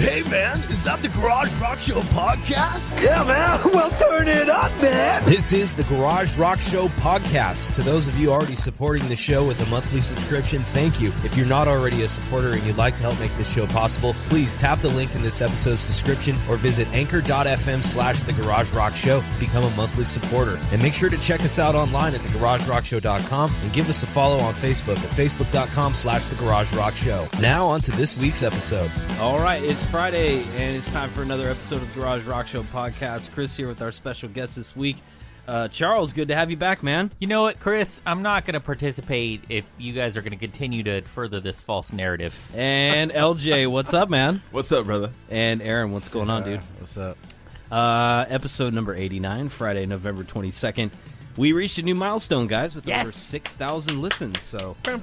Hey, man, is that the Garage Rock Show podcast? Yeah, man. Well, turn it up, man. This is the Garage Rock Show podcast. To those of you already supporting the show with a monthly subscription, thank you. If you're not already a supporter and you'd like to help make this show possible, please tap the link in this episode's description or visit anchor.fm slash the Garage Rock Show to become a monthly supporter. And make sure to check us out online at thegaragerockshow.com and give us a follow on Facebook at facebook.com slash the Garage Rock Show. Now on to this week's episode. All right, it's Friday, and it's time for another episode of the Garage Rock Show podcast. Chris here with our special guest this week, uh, Charles. Good to have you back, man. You know what, Chris? I'm not going to participate if you guys are going to continue to further this false narrative. And LJ, what's up, man? What's up, brother? And Aaron, what's going on, dude? What's up? Uh, episode number 89, Friday, November 22nd. We reached a new milestone, guys, with Yes! over 6,000 listens. So thank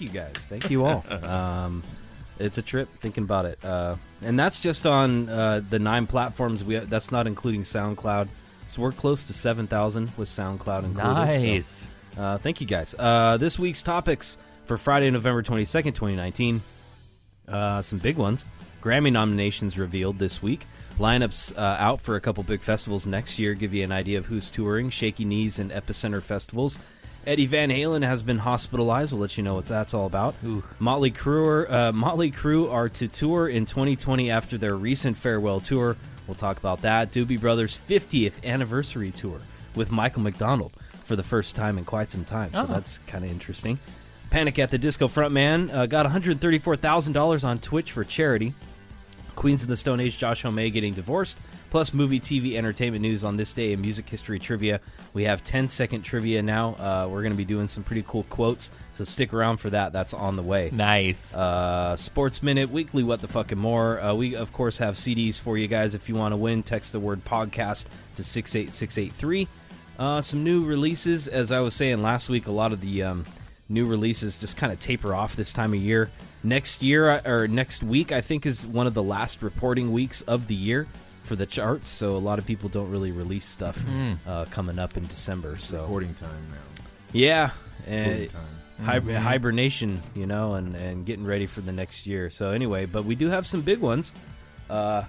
you guys. Thank you all. um, it's a trip thinking about it. Uh, and that's just on uh, the nine platforms. We That's not including SoundCloud. So we're close to 7,000 with SoundCloud included. So, Nice. uh, thank you guys. Uh, this week's topics for Friday, November 22nd, 2019. Uh, some big ones. Grammy nominations revealed this week. Lineups uh, out for a couple big festivals next year give you an idea of who's touring. Shaky Knees and Epicenter Festivals. Eddie Van Halen has been hospitalized. We'll let you know what that's all about. Motley Crue, are, uh, Motley Crue are to tour in 2020 after their recent farewell tour. We'll talk about that. Doobie Brothers' 50th anniversary tour with Michael McDonald for the first time in quite some time. So that's kind of interesting. Panic at the Disco frontman uh, got $134,000 on Twitch for charity. Queens of the Stone Age, Josh Homme getting divorced, plus movie, TV, entertainment news on this day and music history trivia. We have 10 second trivia now. Uh, we're going to be doing some pretty cool quotes, so stick around for that. That's on the way. Nice. Uh, Sports Minute, weekly, what the fuck and more. Uh, we, of course, have CDs for you guys if you want to win. Text the word podcast to 68683. Uh, some new releases, as I was saying last week, a lot of the um, new releases just kind of taper off this time of year. Next year, uh, or next week, I think, is one of the last reporting weeks of the year for the charts, so a lot of people don't really release stuff uh, coming up in December. So, Recording time now. yeah. Recording And, time. hib- Mm-hmm. hibernation, you know, and, and getting ready for the next year. So anyway, but we do have some big ones. Uh,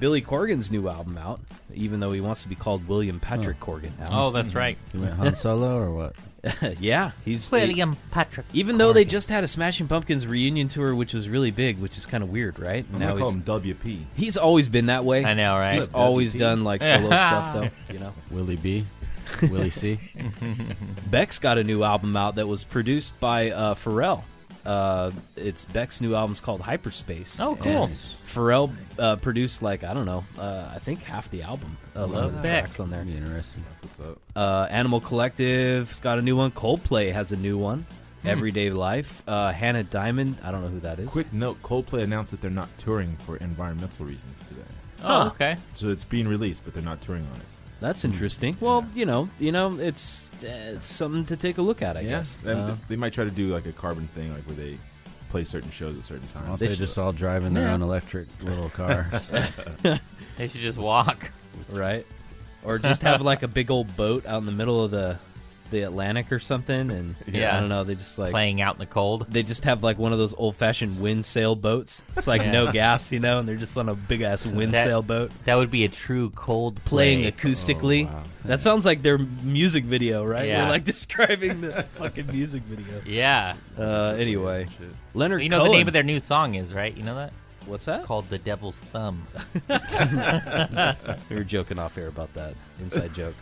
Billy Corgan's new album out, even though he wants to be called William Patrick Corgan. now. oh, that's right. You went Han Solo or what? Oh. yeah, he's William Patrick. even though they just had a Smashing Pumpkins reunion tour, which was really big, which is kind of weird, right? I'm gonna call he's, him WP. he's always been that way. I know, right? He's always WP. done like solo stuff, though. You know, Willie B? Willie C? Beck's got a new album out that was produced by uh, Pharrell. Uh, it's Beck's new album's called Hyperspace. Oh, cool. And Pharrell uh, produced like I don't know, uh, I think half the album. Uh, one of the Beck. tracks on there. Be interesting. What's up? Uh, Animal Collective's got a new one. Coldplay has a new one. Hmm. Everyday Life. Uh, Hannah Diamond. I don't know who that is. Quick note: Coldplay announced that they're not touring for environmental reasons today. Oh, okay. So it's being released, but they're not touring on it. That's interesting. Hmm. Well, you know, you know, it's, uh, it's something to take a look at. I guess. Then Uh, they might try to do like a carbon thing, like where they play certain shows at certain Why don't times. they just all drive in their own electric little cars? They should just walk. right? Or just have like a big old boat out in the middle of the the Atlantic or something, and Yeah. I don't know. They just like Playing out in the cold. they just have like one of those old fashioned wind sail boats. It's like no gas, you know, and they're just on a big ass wind That- sail boat That would be a true cold playing play. acoustically. That sounds like their music video, right? Yeah. They're like describing the fucking music video. Yeah. Uh, anyway, Leonard You know Cohen. the name of their new song is, right? You know that? What's that? Called The Devil's Thumb. We were joking off air about that inside joke.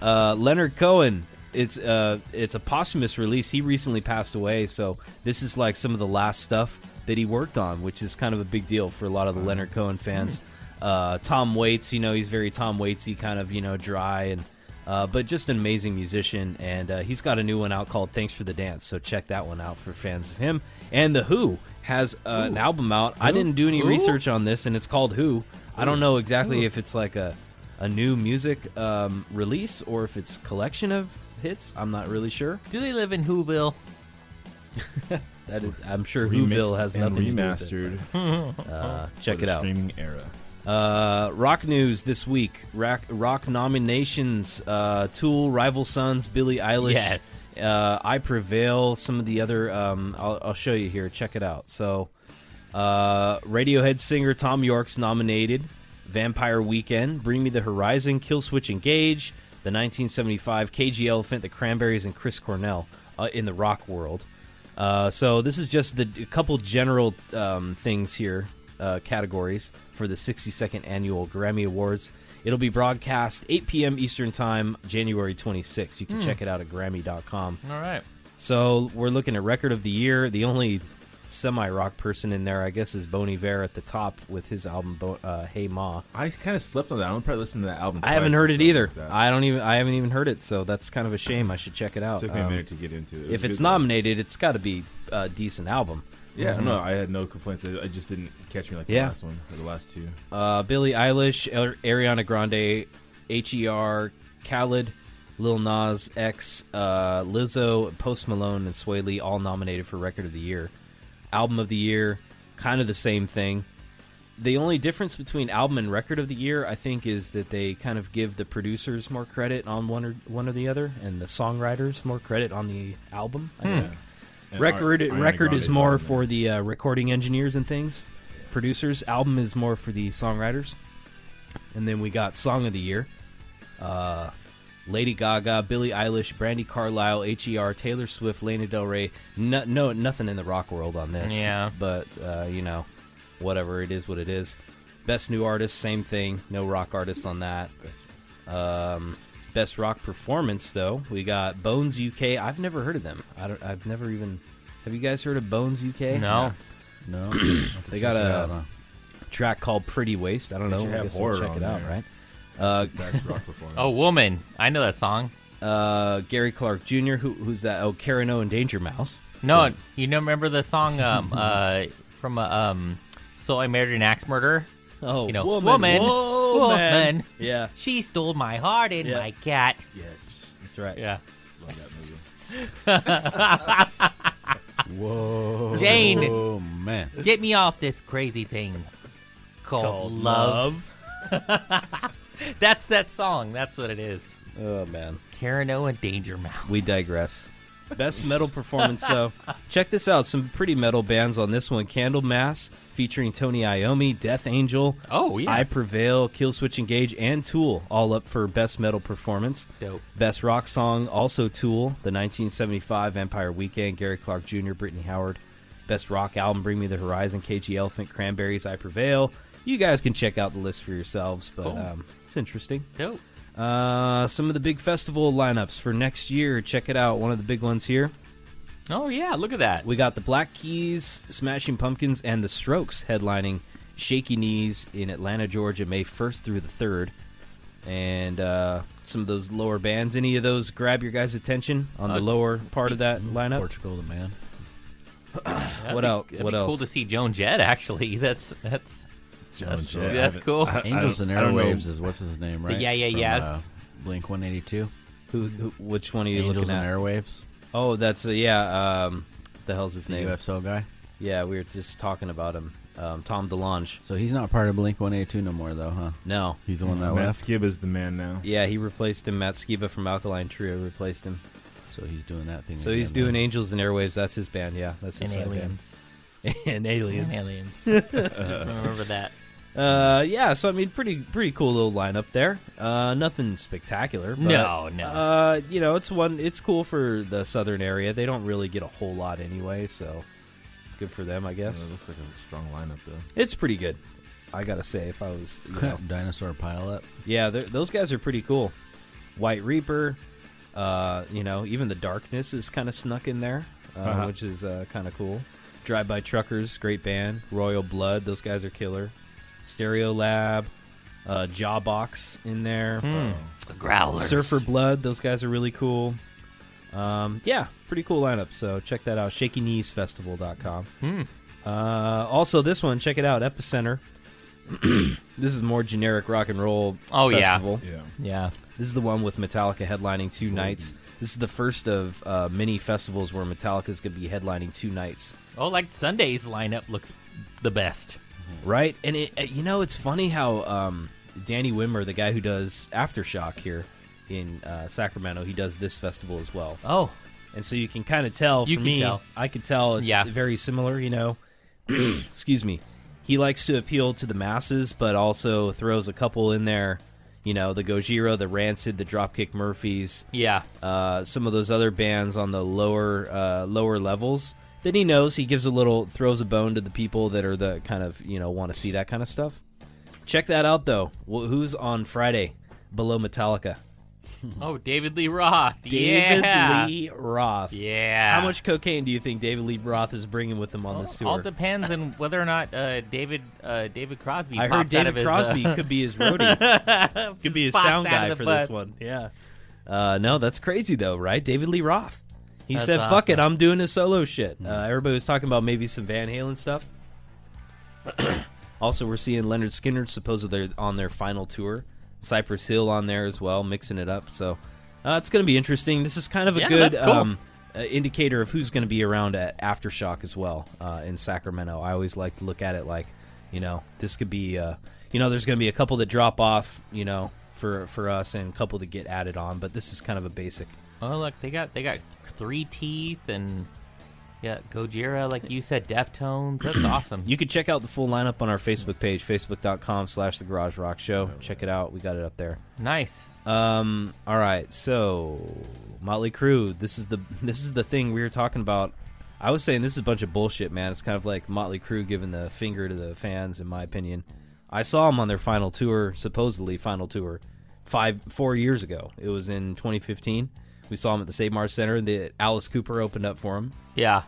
uh, Leonard Cohen. It's uh, it's a posthumous release. He recently passed away, so this is like some of the last stuff that he worked on, which is kind of a big deal for a lot of the Leonard Cohen fans. Uh, Tom Waits, you know, he's very Tom Waitsy, kind of you know dry and. Uh, but just an amazing musician, and uh, he's got a new one out called "Thanks for the Dance." So check that one out for fans of him. And the Who has uh, an album out. I didn't do any research on this, and it's called Who. I don't know exactly if it's like a a new music um, release or if it's collection of hits. I'm not really sure. Do they live in Whoville? That is, I'm sure Remixed Whoville has and nothing to do with remastered. it. Uh, for check the it out. Streaming era. Uh, rock news this week. Rock, rock nominations. Uh, Tool, Rival Sons, Billie Eilish, Yes. uh, I Prevail, some of the other. Um, I'll, I'll show you here. Check it out. So, uh, Radiohead singer Tom York's nominated. Vampire Weekend, Bring Me the Horizon, Kill Switch Engage, the 1975 KG Elephant, The Cranberries, and Chris Cornell uh, in the rock world. Uh, so this is just the a couple general um, things here, uh, categories for the 62nd annual Grammy Awards. It'll be broadcast 8 p.m. Eastern Time, January 26th. You can check it out at Grammy.com. All right. So we're looking at record of the year. The only semi-rock person in there, I guess, is Bon Iver at the top with his album Bo- uh, "Hey Ma." I kind of slept on that. I'm probably listening to that album. I haven't twice or heard it something either. like that. I don't even. I haven't even heard it, so that's kind of a shame. I should check it out. took me a Um, minute to get into it. It was if a it's good one. nominated, it's got to be a decent album. yeah, no, I had no complaints. I, I just didn't catch me like the Yeah. last one or the last two. Uh, Billie Eilish, Ar- Ariana Grande, H.E.R., Khaled, Lil Nas X, uh, Lizzo, Post Malone, and Sway Lee all nominated for Record of the Year. Album of the Year, kind of the same thing. The only difference between album and record of the year, I think, is that they kind of give the producers more credit on one or one or the other, and the songwriters more credit on the album. I think. And Record Ari- Ariana record is Grande's more album. for the uh, recording engineers and things. Producers album is more for the songwriters. And then we got song of the year. Uh, Lady Gaga, Billie Eilish, Brandy Carlisle, H.E.R., Taylor Swift, Lana Del Rey. No, no, nothing in the rock world on this. Yeah. But uh, you know, whatever it is, what it is. Best new artist, same thing. No rock artist on that. Um, best rock performance though, we got Bones UK. I've never heard of them. I don't. I've never even. Have you guys heard of Bones UK? No. No, I'll have to They check got it a- out, huh? Track called Pretty Waste. I don't They know. should I have guess we'll horror check it on out, there. right? Uh, Best rock performance. Oh, woman. I know that song. uh, Gary Clark Jr. Who, who's that? Oh, Karen O and Danger Mouse. No, you know, remember the song um, uh, from uh, um, "So I Married an Axe Murderer." Oh, You know, woman, woman, woman. Yeah, She stole my heart and Yeah. my cat. yes, that's right. Yeah, love that movie. Whoa, Jane. Oh man, get me off this crazy thing called, love. That's that song. That's what it is. Oh man, Karen O and Danger Mouse. we digress. Best metal performance though. Check this out. Some pretty metal bands on this one. Candlemass featuring Tony Iommi, Death Angel. Oh, yeah. I Prevail, Killswitch Engage, and Tool all up for best metal performance. Dope. Best rock song also Tool, the 1975 Vampire Weekend, Gary Clark Jr., Brittany Howard. Best rock album, Bring Me the Horizon, KG Elephant, Cranberries, I Prevail. You guys can check out the list for yourselves, but um, it's interesting. Dope. Uh, some of the big festival lineups for next year. Check it out. One of the big ones here. Oh yeah, look at that. We got the Black Keys, Smashing Pumpkins, and the Strokes headlining Shaky Knees in Atlanta, Georgia, May 1st through the 3rd. And uh, some of those lower bands. Any of those grab your guys' attention on Uh, the lower part of that lineup? Portugal the man. That'd what be- else? That'd What be cool else? to see Joan Jett. Actually, that's that's that's, Jett. that's cool. Angels and I don't know. Airwaves is what's his name, right? Yeah, Yeah, From, Yes. uh, Blink 182. Who, who, which one are you Angels looking and at? Airwaves. Oh, that's uh, yeah. Um, the hell's his The name? UFO guy. Yeah, we were just talking about him. Um, Tom DeLonge. So he's not part of Blink 182 no more, though, huh? No, He's the one that Matt left. Skiba is the Oh, man now. Yeah, he replaced him. Matt Skiba from Alkaline Trio replaced him. So he's doing that thing. So he's doing Angels and Airwaves. That's his band. Yeah, that's his and side aliens. band. and aliens. And aliens. Just remember that. Uh, yeah. So I mean, pretty pretty cool little lineup there. Uh, nothing spectacular. But, No, no. Uh, you know, it's one. It's cool for the southern area. They don't really get a whole lot anyway. So good for them, I Uh, Mm. guess. it looks like a strong lineup though. It's pretty good. I gotta say, if I was, you know, dinosaur pileup. yeah, they're- those guys are pretty cool. White Reaper. Uh, you know, even the darkness is kind of snuck in there, uh, Uh-huh. which is uh, kind of cool. Drive By Truckers, great band. Royal Blood, those guys are killer. Stereo Lab, uh, Jawbox in there. Hmm. The growlers. Surfer Blood, those guys are really cool. Um, yeah, pretty cool lineup. So check that out. ShakyKneesFestival.com. Hmm. Uh, also, this one, check it out. Epicenter. this is more generic rock and roll Oh, yeah. festival. Yeah. Yeah. This is the one with Metallica headlining two nights. This is the first of uh, many festivals where Metallica's going to be headlining two nights, Oh, like Sunday's lineup looks the best. right? And it, uh, you know, it's funny how um, Danny Wimmer, the guy who does Aftershock here in uh, Sacramento, he does this festival as well. Oh, and so you can kind of tell. You for can me, tell. I could tell it's Yeah. very similar. You know, excuse me. He likes to appeal to the masses, but also throws a couple in there. You know, the Gojira, the Rancid, the Dropkick Murphys, Yeah. uh, some of those other bands on the lower uh, lower levels. Then he knows he gives a little throws a bone to the people that are the kind of you know want to see that kind of stuff. Check that out though. Wh- Who's on Friday below Metallica? Oh, David Lee Roth. David yeah. Lee Roth. Yeah. How much cocaine do you think David Lee Roth is bringing with him on this tour? All depends on whether or not uh, David uh, David Crosby. I pops heard out of David his, Crosby uh, could be his roadie, could be his pops sound out of guy the for bus. this one. Yeah. Uh, no, that's crazy though, right? David Lee Roth. He That's said, "Fuck it, awesome. I'm doing his solo shit." Uh, everybody was talking about maybe some Van Halen stuff. also, we're seeing Leonard Skinner supposedly they're on their final tour, Cypress Hill on there as well, mixing it up. So uh, it's going to be interesting. This is kind of a Yeah, good that's cool. um, uh, indicator of who's going to be around at Aftershock as well uh, in Sacramento. I always like to look at it like, you know, this could be, uh, you know, there's going to be a couple that drop off, you know, for for us, and a couple that get added on. But this is kind of a basic. Oh look, they got they got three teeth and yeah, Gojira, like you said, Deftones. That's awesome. You can check out the full lineup on our Facebook page, facebook.com slash the Garage Rock Show. Check it out. We got it up there. nice. Um. All right. So, Motley Crue. This is the this is the thing we were talking about. I was saying this is a bunch of bullshit, man. It's kind of like Motley Crue giving the finger to the fans, in my opinion. I saw them on their final tour, supposedly final tour, five four years ago. It was in 2015. We saw them at the Save Mars Center, and the Alice Cooper opened up for them Yeah.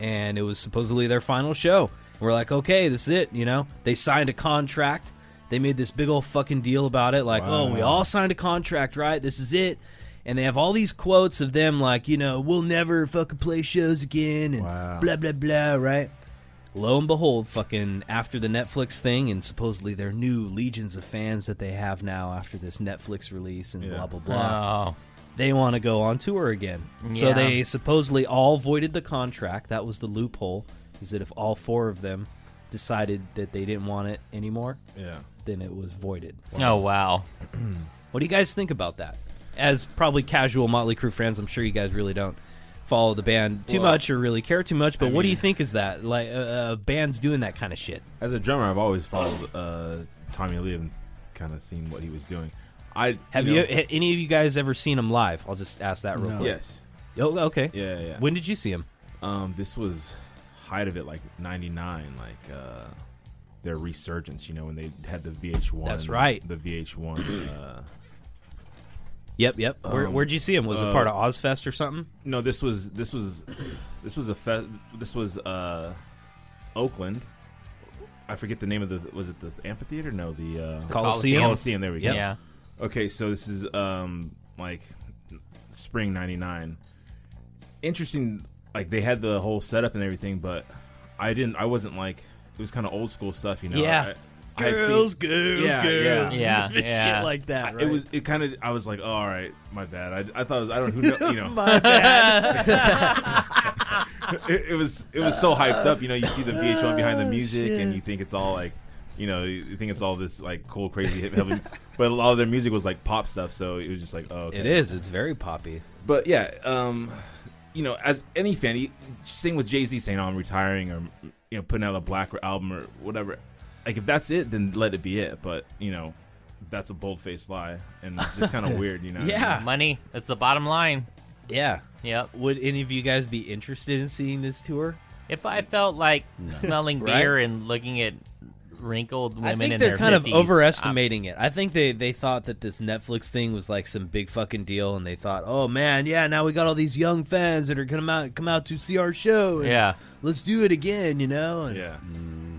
and it was supposedly their final show. And we're like, okay, this is it. You know, they signed a contract. They made this big old fucking deal about it. Like, oh, we all signed a contract, right? This is it. And they have all these quotes of them, like, you know, we'll never fucking play shows again, and blah blah blah, right? Lo and behold, fucking after the Netflix thing, and supposedly their new legions of fans that they have now after this Netflix release, and Yeah. blah blah blah Oh. they want to go on tour again. So Yeah. they supposedly all voided the contract. That was the loophole. Is that if all four of them decided that they didn't want it anymore, Yeah. then it was voided. Oh wow. What do you guys think about that? As probably casual Motley Crue fans, I'm sure you guys really don't follow the band too much or really care too much. But what do you think is that like uh, uh, bands doing that kind of shit? As a drummer, I've always followed uh, Tommy Lee and kind of seen what he was doing. I Have know- you, ha any of you guys ever seen them live? I'll just ask that real No. quick. Yes. Oh, okay. Yeah, yeah. When did you see them? Um, this was height of it, like '99, like uh, their resurgence. You know, when they had the VH1. That's right. The VH1. Uh, Yep, yep. Where, Um, where'd you see them? Was it uh, part of Ozfest or something? no, this was this was this was a fe- this was uh, Oakland. I forget the name of the was it the amphitheater? No, the uh, Coliseum? Coliseum. There we go. Yeah. Okay, so this is um like spring '99. Interesting, like they had the whole setup and everything, but I didn't. I wasn't like it was kind of old school stuff, you know. Yeah. I, I had seen- girls, Yeah, girls. Yeah, yeah. shit like that. Right? It was. It kind of. I was like, oh, all right, my bad. I, I thought. It was, I don't. Who know? You know. it, it was. It was so hyped up. You know. You see the VH1 behind the music, and you think it's all like, you know, you think it's all this like cool, crazy hip hop. but a lot of their music was like pop stuff, so it was just like, oh, okay. It is. It's very poppy. But yeah, um, you know, as any fan, you- same with Jay Z saying, "Oh, I'm retiring," or you know, putting out a black album or whatever. Like, if that's it, then let it be it. But you know, that's a bold faced lie, and it's just kind of weird, you know. Yeah. Money. That's the bottom line. Yeah. Yep. Would any of you guys be interested in seeing this tour? If I felt like smelling Right? beer and looking at wrinkled women I think in they're their kind 50s, of overestimating it. I think they, they thought that this Netflix thing was like some big fucking deal, and they thought, oh man, yeah, now we got all these young fans that are gonna come out come out to see our show. I- and yeah. let's do it again, you know. And Yeah.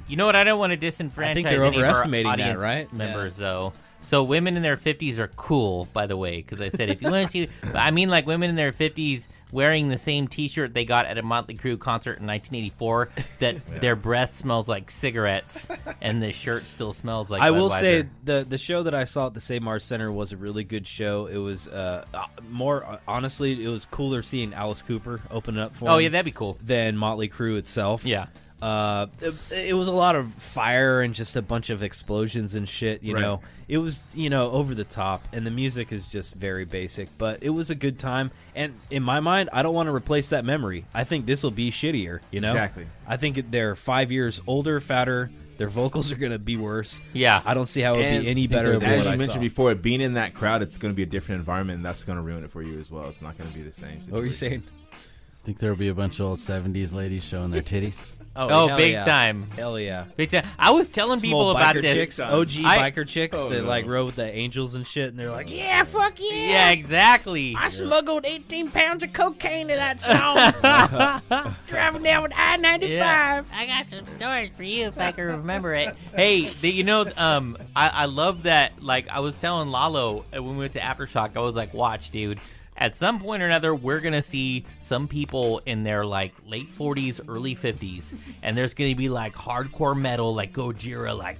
You know what? I don't want to disenfranchise. I think they're any of our overestimating that, audience right? Members, though. So women in their fifties are cool, by the way, because I said if you want to see, I mean like women in their fifties wearing the same T-shirt they got at a Motley Crue concert in 1984 that their breath smells like cigarettes and the shirt still smells like. I will Budweiser. say the the show that I saw at the Save Mars Center was a really good show. It was uh, uh, more uh, honestly, it was cooler seeing Alice Cooper open up for. oh him yeah, that'd be cool. than Motley Crue itself. Yeah. Uh, it, it was a lot of fire and just a bunch of explosions and shit. You Right. know, it was you know over the top, and the music is just very basic. But it was a good time, and in my mind, I don't want to replace that memory. I think this will be shittier. You know, Exactly. I think they're five years older, fatter. Their vocals are gonna be worse. Yeah. I don't see how it would And be any better. they're Than As what you I mentioned saw. before, being in that crowd, it's going to be a different environment, and that's going to ruin it for you as well. It's not going to be the same. what were you situation. saying? Think there'll be a bunch of old '70s ladies showing their titties. Oh, hell big yeah. time. Hell yeah. Big time. I was telling Some people old about biker this. chicks, uh, OG I- biker chicks Oh, that no. Mm-hmm. like rode with the angels and shit, and they're like, yeah, Yeah, exactly. I smuggled 18 pounds of cocaine to that song. Driving down with I 95. I got some stories for you if I can remember it. Hey, the, you know, um, I, I love that. Like, I was telling Lalo uh, when we went to Aftershock, I was like, watch, dude. At some point or another, we're gonna see some people in their like late forties, early fifties, and there's gonna be like hardcore metal, like Gojira, like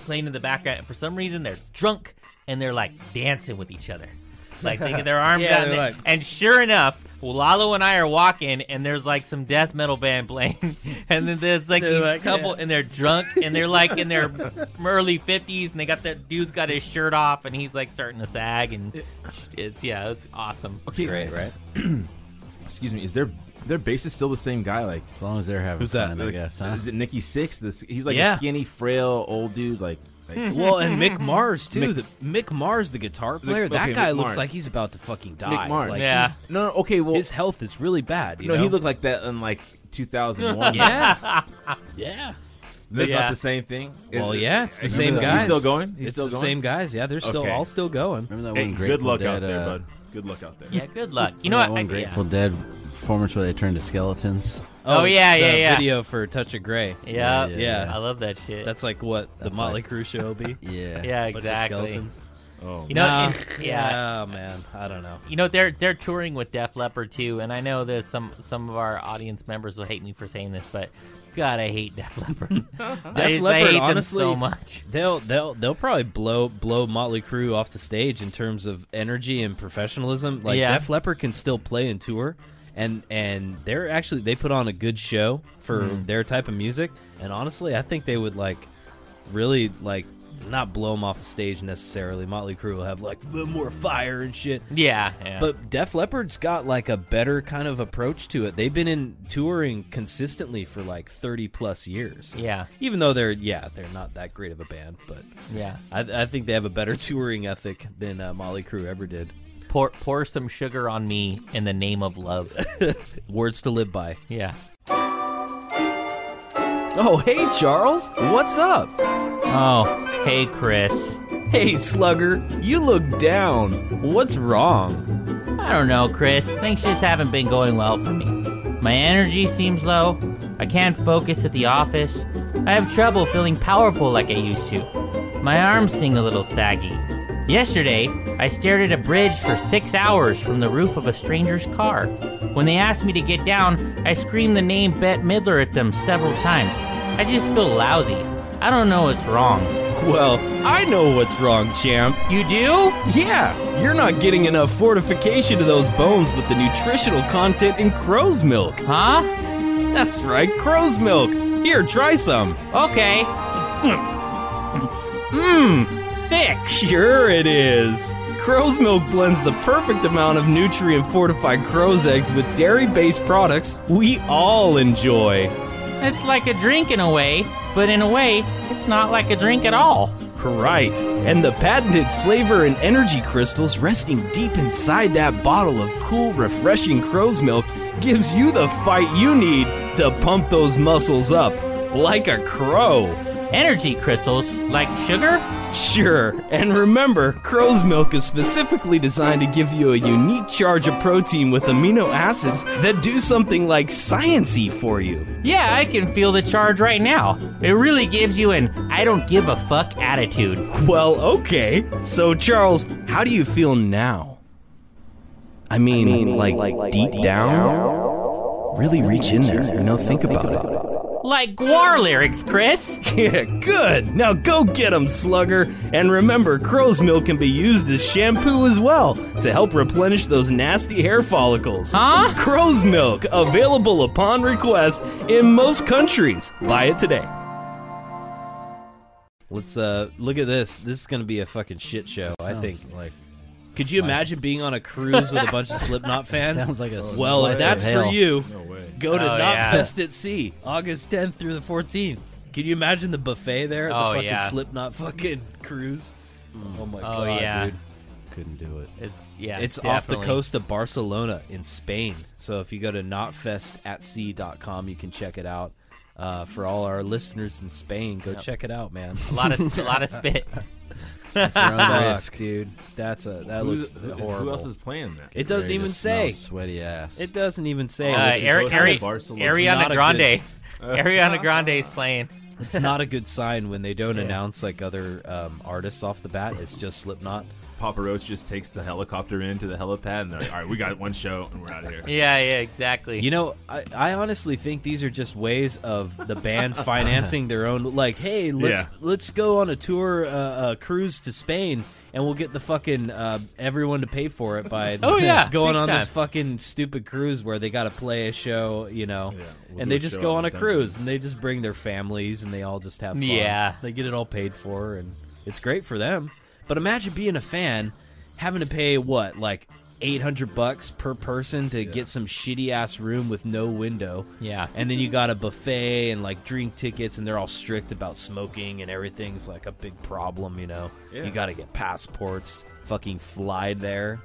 playing in the background. And for some reason, they're drunk and they're like dancing with each other, like they get their arms Yeah, out. And, they're they- like- and sure enough, Lalo and I are walking, and there's like some death metal band playing, and then there's like They're these like, couple, yeah. and they're drunk, and they're like in their early fifties, and they got that dude's got his shirt off, and he's like starting to sag, and it's yeah, it's awesome. Okay. great, right? Excuse me. Is their their bass is still the same guy? Like As long as they're having who's that? fun, I Like, guess. Huh? Is it Nikki Six? This he's like Yeah. Hmm. a skinny, frail old dude. Like, like Well, and Mick Mars too. Mick- the, Mick Mars, the guitar player, okay, that guy Mick looks Mars. like he's about to fucking die. Mick Mars. Like, Yeah. he's- no, no, okay. Well, his health is really bad. You no, know? he looked like that in like 2001. yeah, yeah. That's Yeah. not the same thing. Is Well, it- yeah, it's the He's same still- guys. He's still going. He's it's still the going. same guys. Yeah, they're still Okay. all still going. Remember that Hey, one good Grateful luck Dead, out there, uh, bud. Good luck out there. Yeah, good luck. You know remember what? that one I- yeah. Grateful Dead performance where they turned to skeletons. Oh, yeah, the yeah, yeah. Video for Touch of Grey. Yeah, Yeah, yeah, yeah. I love that shit. That's like what That's the Motley like- Crue show will be. Yeah. yeah, Bunch of exactly. skeletons. Oh, You know, Nah. it- yeah. Oh man, I don't know. You know they're they're touring with Def Leppard too, and I know there's some some of our audience members will hate me for saying this, but God, I hate Def Leppard. Def I, just- I Leppard, hate honestly- them so much. They'll they'll they'll probably blow blow Motley Crue off the stage in terms of energy and professionalism. Like Yeah. Def Leppard can still play and tour, and and they're actually they put on a good show for their type of music. And honestly, I think they would like really like not blow them off the stage necessarily. Motley Crue will have like more fire and shit. Yeah, yeah. But Def Leppard's got like a better kind of approach to it. They've been in touring consistently for like 30 plus years. Yeah. Even though they're yeah, they're not that great of a band, but yeah, I, I think they have a better touring ethic than uh, Molly Crew ever did. pour pour some sugar on me in the name of love. Words to live by. yeah, Oh, hey, Charles. What's up? Oh, hey, Chris. Hey, Slugger. You look down. What's wrong? I don't know, Chris. Things just haven't been going well for me. My energy seems low. I can't focus at the office. I have trouble feeling powerful like I used to. My arms seem a little saggy. Yesterday, I stared at a bridge for six hours from the roof of a stranger's car. When they asked me to get down, I screamed the name Bette Midler at them several times. I just feel lousy. I don't know what's wrong. Well, I know what's wrong, champ. You do? Yeah, you're not getting enough fortification to those bones with the nutritional content in crow's milk. Huh? That's right, crow's milk. Here, try some. Okay. Thick. Sure it is. Crow's milk blends the perfect amount of nutrient fortified crow's eggs with dairy based products we all enjoy. It's like a drink in a way, but in a way, it's not like a drink at all. Right. And the patented flavor and energy crystals resting deep inside that bottle of cool, refreshing crow's milk gives you the fight you need to pump those muscles up like a crow. Energy crystals, like sugar? Sure. And remember, crow's milk is specifically designed to give you a unique charge of protein with amino acids that do something like sciency for you. Yeah, I can feel the charge right now. It really gives you an I don't give a fuck attitude. Well, okay. So, Charles, how do you feel now? I mean, like, deep, down? Really reach in there, you know, think about it. Like Guar lyrics, Chris. Yeah, good. Now go get 'em, Slugger. And remember, crow's milk can be used as shampoo as well to help replenish those nasty hair follicles. Huh? Crow's milk, available upon request in most countries. Buy it today. Let's uh look at this. This is gonna be a fucking shit show. I think. like Could you imagine being on a cruise with a bunch of Slipknot fans? Sounds like a well, slice if of that's for hell. you, go to Oh, yeah. Knotfest at Sea, August 10th through the 14th. Can you imagine the buffet there? At the Oh, fucking yeah. Slipknot fucking cruise. Oh my Oh, god, yeah. dude! couldn't do it. It's yeah. It's off definitely. the coast of Barcelona in Spain. So if you go to knotfestatsea.com, you can check it out. Uh, for all our listeners in Spain, go check it out, man. A lot of a lot of spit. Fuck, dude, that's a that looks horrible. Who else is playing that? it doesn't Barry even just say. smells Sweaty ass. It doesn't even say. uh, which is Ari- so Ari- kind of Barcelona. It's not Ariana a Grande. Ariana Grande's playing. It's not a good sign when they don't announce like other um, artists off the bat. It's just Slipknot. Papa Roach just takes the helicopter into the helipad, and they're like, "All right, we got one show, and we're out of here." Yeah, yeah, exactly. You know, I, I honestly think these are just ways of the band financing their own. Like, hey, let's Yeah. let's go on a tour, uh, uh, cruise to Spain, and we'll get the fucking uh, everyone to pay for it by Oh, yeah. going Big on this time. fucking stupid cruise where they got to play a show, you know, we'll and do they a just show go out on in a the cruise and they just bring their families and they all just have fun. Yeah. they get it all paid for and it's great for them. But imagine being a fan, having to pay what like. 800 bucks per person to get some shitty ass room with no window. Yeah. And then you got a buffet and like drink tickets and they're all strict about smoking and everything's like a big problem, you know. Yeah. You got to get passports, fucking fly there.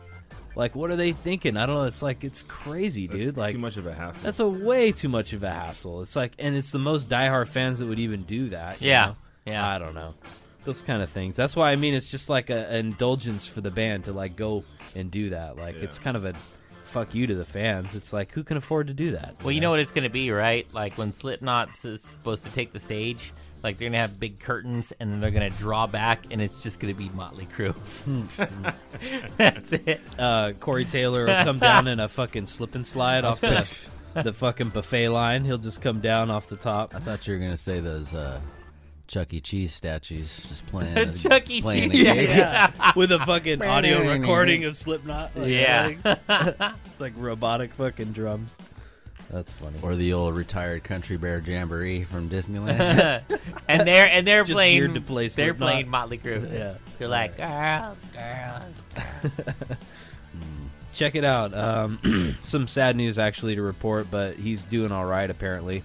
Like what are they thinking? I don't know, it's like it's crazy, That's dude. Like too much of a hassle. that's a way too much of a hassle. It's like and it's the most diehard fans that would even do that. you Yeah. know? Yeah. I don't know. Those kind of things. That's why I mean it's just like a, an indulgence for the band to like go and do that. Like Yeah. it's kind of a fuck you to the fans. It's like who can afford to do that? Well, you know what it's going to be, right? Like when Slipknot's is supposed to take the stage, like they're going to have big curtains and then they're going to draw back and it's just going to be Motley Crue. That's it. uh, Corey Taylor will come down in a fucking slip and slide off the, the fucking buffet line. He'll just come down off the top. I thought you were gonna say those uh, Chuck E. Cheese statues just playing. as- Chuck E. playing Cheese. a game. With a fucking audio recording of Slipknot. Like, Yeah. It's like robotic fucking drums. That's funny. Or the old retired country bear jamboree from Disneyland. and they're and they're Just playing geared to play they're Slipknot. playing Motley Crue. Yeah. They're like girls, girls. Check it out. Um, some sad news actually to report, but he's doing all right apparently.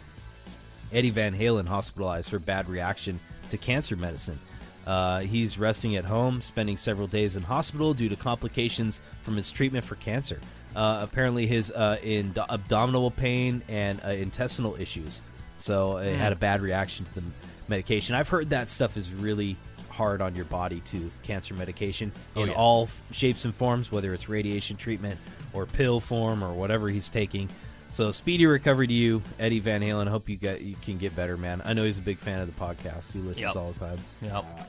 Eddie Van Halen hospitalized for bad reaction to cancer medicine. Uh, he's resting at home, spending several days in hospital due to complications from his treatment for cancer. Uh, apparently, his uh, in- abdominal pain and uh, intestinal issues. So it had a bad reaction to the medication. I've heard that stuff is really hard on your body to cancer medication in all f- shapes and forms, whether it's radiation treatment or pill form or whatever he's taking. So speedy recovery to you, Eddie Van Halen. Hope you get you can get better, man. I know he's a big fan of the podcast. He listens Yep. all the time. Yep.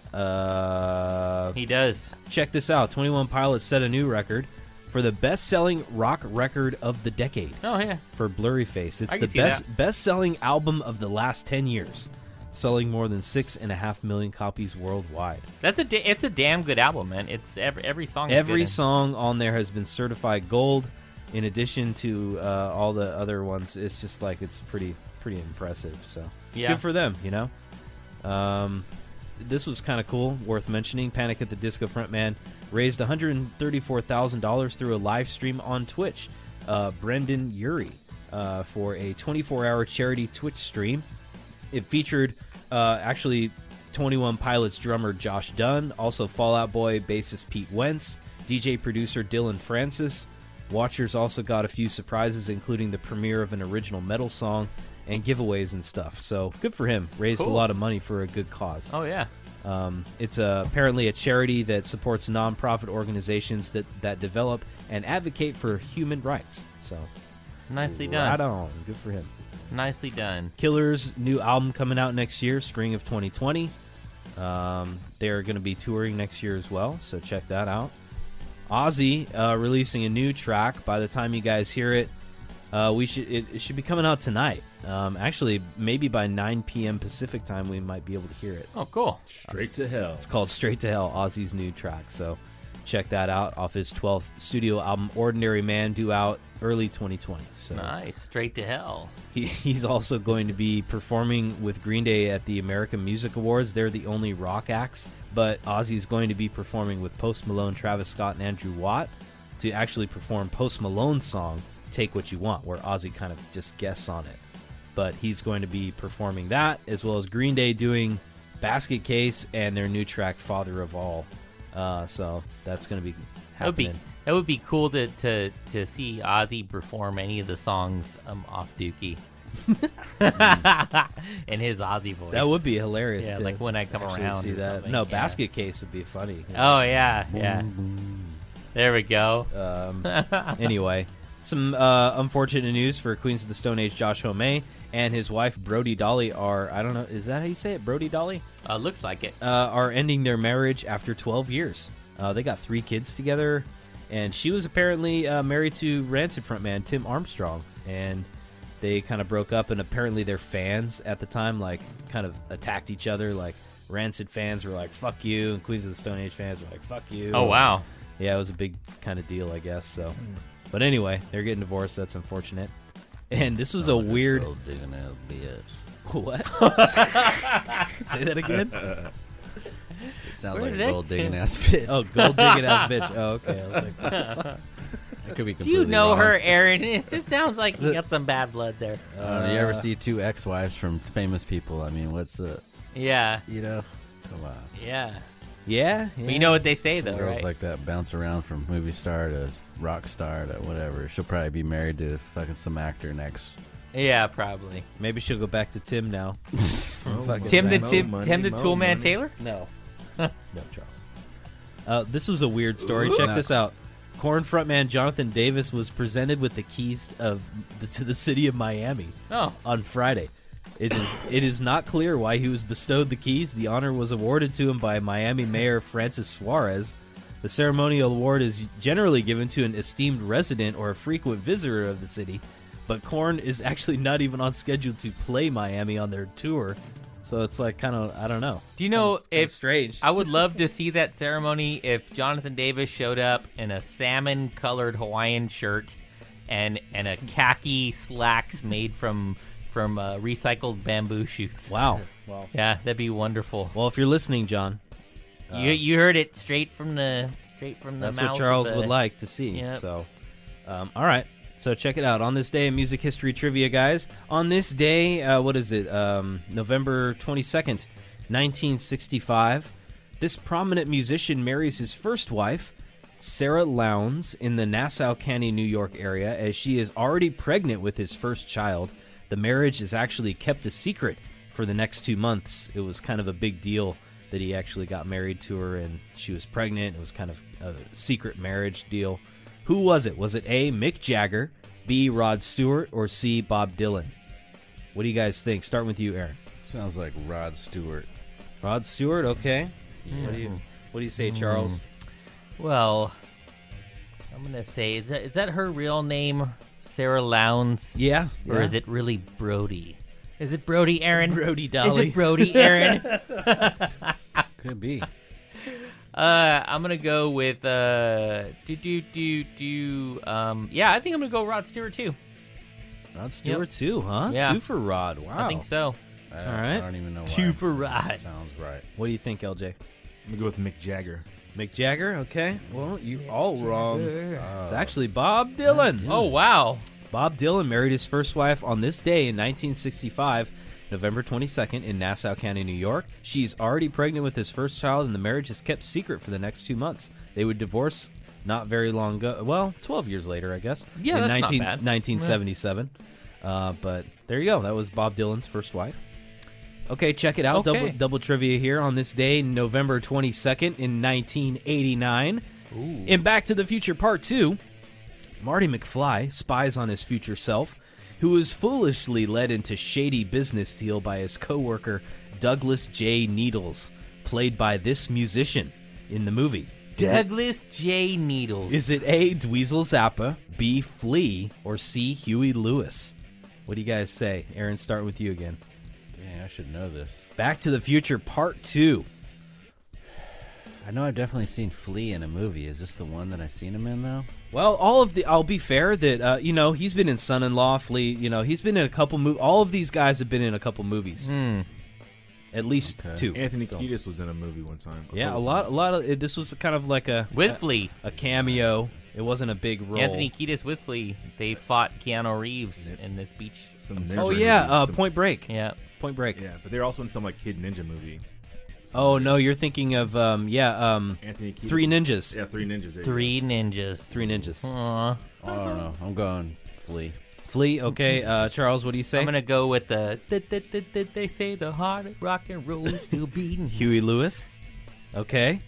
Uh, He does. check this out: Twenty One Pilots set a new record for the best-selling rock record of the decade Oh yeah. for Blurry Face. It's I the can see best that. best-selling album of the last ten years, selling more than six and a half million copies worldwide. That's a da- it's a damn good album, man. It's every every song. is Every good. song on there has been certified gold. In addition to uh, all the other ones, it's just like it's pretty pretty impressive. So Yeah. good for them, you know. Um, this was kind of cool, worth mentioning. Panic at the Disco frontman raised one hundred and thirty-four thousand dollars through a live stream on Twitch. Uh, Brendan Yuri uh, for a twenty-four hour charity Twitch stream. It featured uh, actually 21 Pilots drummer Josh Dunn, also Fallout Boy bassist Pete Wentz, DJ producer Dylan Francis. Watchers also got a few surprises, including the premiere of an original metal song and giveaways and stuff. So good for him. Raised a lot of money for a good cause. Oh yeah. Um, it's uh apparently a charity that supports nonprofit organizations that, that develop and advocate for human rights. So Nicely right done. on. Good for him. Nicely done. Killer's new album coming out next year, spring of 2020. Um, they're going to be touring next year as well, so check that out. Ozzy uh, releasing a new track. By the time you guys hear it, Uh, we should it, it should be coming out tonight. Um, actually, maybe by 9 p.m. Pacific time, we might be able to hear it. Oh, cool. Straight to hell. It's called Straight to Hell, Ozzy's new track. So check that out off his 12th studio album, Ordinary Man, due out early 2020. So Nice. Straight to hell. he, he's also going to be performing with Green Day at the American Music Awards. They're the only rock acts, but Ozzy's going to be performing with Post Malone, Travis Scott, and Andrew Watt to actually perform Post Malone's song "Take What You Want," where Ozzy kind of just guests on it. But he's going to be performing that as well as Green Day doing "Basket Case" and their new track "Father of All." Uh, so that's going to be That would be happening. that would be cool to to, to see Ozzy perform any of the songs um, off Dookie. Hmm. In his Ozzy voice. That would be hilarious. Yeah, to like when I come actually around See or that? something, No, yeah. basket case would be funny. Oh yeah, yeah. There we go. Um, anyway, some uh, unfortunate news for Queens of the Stone Age. Josh Homme and his wife Brody Dolly are I don't know is that how you say it? Brody Dolly Uh, looks like it. uh, are ending their marriage after 12 years. Uh, they got three kids together, and she was apparently uh, married to Rancid frontman Tim Armstrong, and they kind of broke up. And apparently, their fans at the time like kind of attacked each other. Like Rancid fans were like "fuck you," and Queens of the Stone Age fans were like "fuck you." Oh wow. Yeah, it was a big kind of deal, I guess. So, but anyway, they're getting divorced. That's unfortunate. And this was a weird Old digging out BS. what? Say that again. It sounds Where like did an that old digging ass bitch. Oh, gold digging ass bitch. Oh, okay. I was like, what the I could be Do you completely know wrong. her, Aaron? It, it sounds like you got some bad blood there. Uh, you ever see two ex-wives from famous people? I mean, what's the Yeah, you know? Come on, yeah. yeah, But yeah. you know what they say though, girls right? like that bounce around from movie star to rock star to whatever. She'll probably be married to fucking some actor next. yeah, probably. Maybe she'll go back to Tim now. Fucking Tim the bang. Tim, money, Tim the mo' Toolman money. Taylor. No. no, Charles. Uh, this was a weird story. Check this out. Corn frontman Jonathan Davis was presented with the keys of the, to the city of Miami Oh. on Friday. It is, it is not clear why he was bestowed the keys. The honor was awarded to him by Miami Mayor Francis Suarez. The ceremonial award is generally given to an esteemed resident or a frequent visitor of the city, but Korn is actually not even on schedule to play Miami on their tour. So it's like kind of I don't know. Do you know if strange. I would love to see that ceremony if Jonathan Davis showed up in a salmon colored Hawaiian shirt and and a khaki slacks made from from uh, recycled bamboo shoots. Wow. Wow. Yeah, that'd be wonderful. Well, if you're listening, John, you you heard it straight from the straight from the that's mouth. what Charles of the- would like to see. Yep. So, um, all right. So check it out. On this day in music history trivia, guys. On this day, uh, what is it? Um, November twenty second, nineteen sixty five. This prominent musician marries his first wife, Sarah Lowndes, in the Nassau County, New York area, as she is already pregnant with his first child. The marriage is actually kept a secret for the next two months. It was kind of a big deal that he actually got married to her and she was pregnant. It was kind of a secret marriage deal. Who was it? Was it A, Mick Jagger, B, Rod Stewart, or C, Bob Dylan? What do you guys think? Starting with you, Aaron. Sounds like Rod Stewart. Rod Stewart, okay. What do you What do you say, Hmm. Charles? Well, I'm gonna say is that is that her real name, Sarah Lowndes? Yeah. Or is it really Brody? Is it Brody Aaron? Brody Is Dolly? it Brody Aaron? uh, Could be. Uh, I'm gonna go with uh, do do do do. Um, yeah, I think I'm gonna go Rod Stewart too. Rod Stewart too, huh? Yeah. Two for Rod. Wow. I think so. I, All right. I don't even know why. Two for Rod. Sounds right. What do you think, LJ? I'm gonna go with Mick Jagger. Mick Jagger, okay. Well, you all wrong. Uh, It's actually Bob Dylan. Oh wow, Bob Dylan married his first wife on this day in 1965, November 22nd, in Nassau County, New York. She's already pregnant with his first child, and the marriage is kept secret for the next two months. They would divorce not very long ago. Well, 12 years later, I guess. Yeah, in that's not bad. 1977. Uh, but there you go. That was Bob Dylan's first wife. Okay, check it out. Double, Okay. double trivia here on this day, November 22nd, in 1989. In Back to the Future Part 2, Marty McFly spies on his future self, who is foolishly led into shady business deal by his coworker Douglas J. Needles, played by this musician in the movie. Douglas J. Needles. Is it A, Dweezil Zappa, B, Flea, or C, Huey Lewis? What do you guys say? Aaron, start with you again. Dang, I should know this. Back to the Future Part 2. I know I've definitely seen Flea in a movie. Is this the one that I've seen him in though? Well, all of the. I'll be fair that, uh, you know, he's been in Son in Law, Flea, you know, he's been in a couple movies. All of these guys have been in a couple movies. Hmm. At least two. Anthony Kiedis was in a movie one time. yeah, a lot, a lot of. This was kind of like a. with a- Flea? a cameo. It wasn't a big role. Anthony Kiedis with Flea. They fought Keanu Reeves in this beach. Some ninja oh yeah, movie, uh, some- Point Break. Yeah. Point Break. Yeah, but they're also in some like kid ninja movie. Oh no, you're thinking of um, yeah, um, Anthony Kiedis. Three Ninjas. Yeah, three ninjas. there you go. Three ninjas. Three Hmm. Ninjas. Aw. Oh, I don't know. I'm going Flea. Flea. Okay, uh, Charles, what do you say? I'm gonna go with the. th- th- th- th- They say the heart of rock and roll is still beating. Huey Lewis. Okay.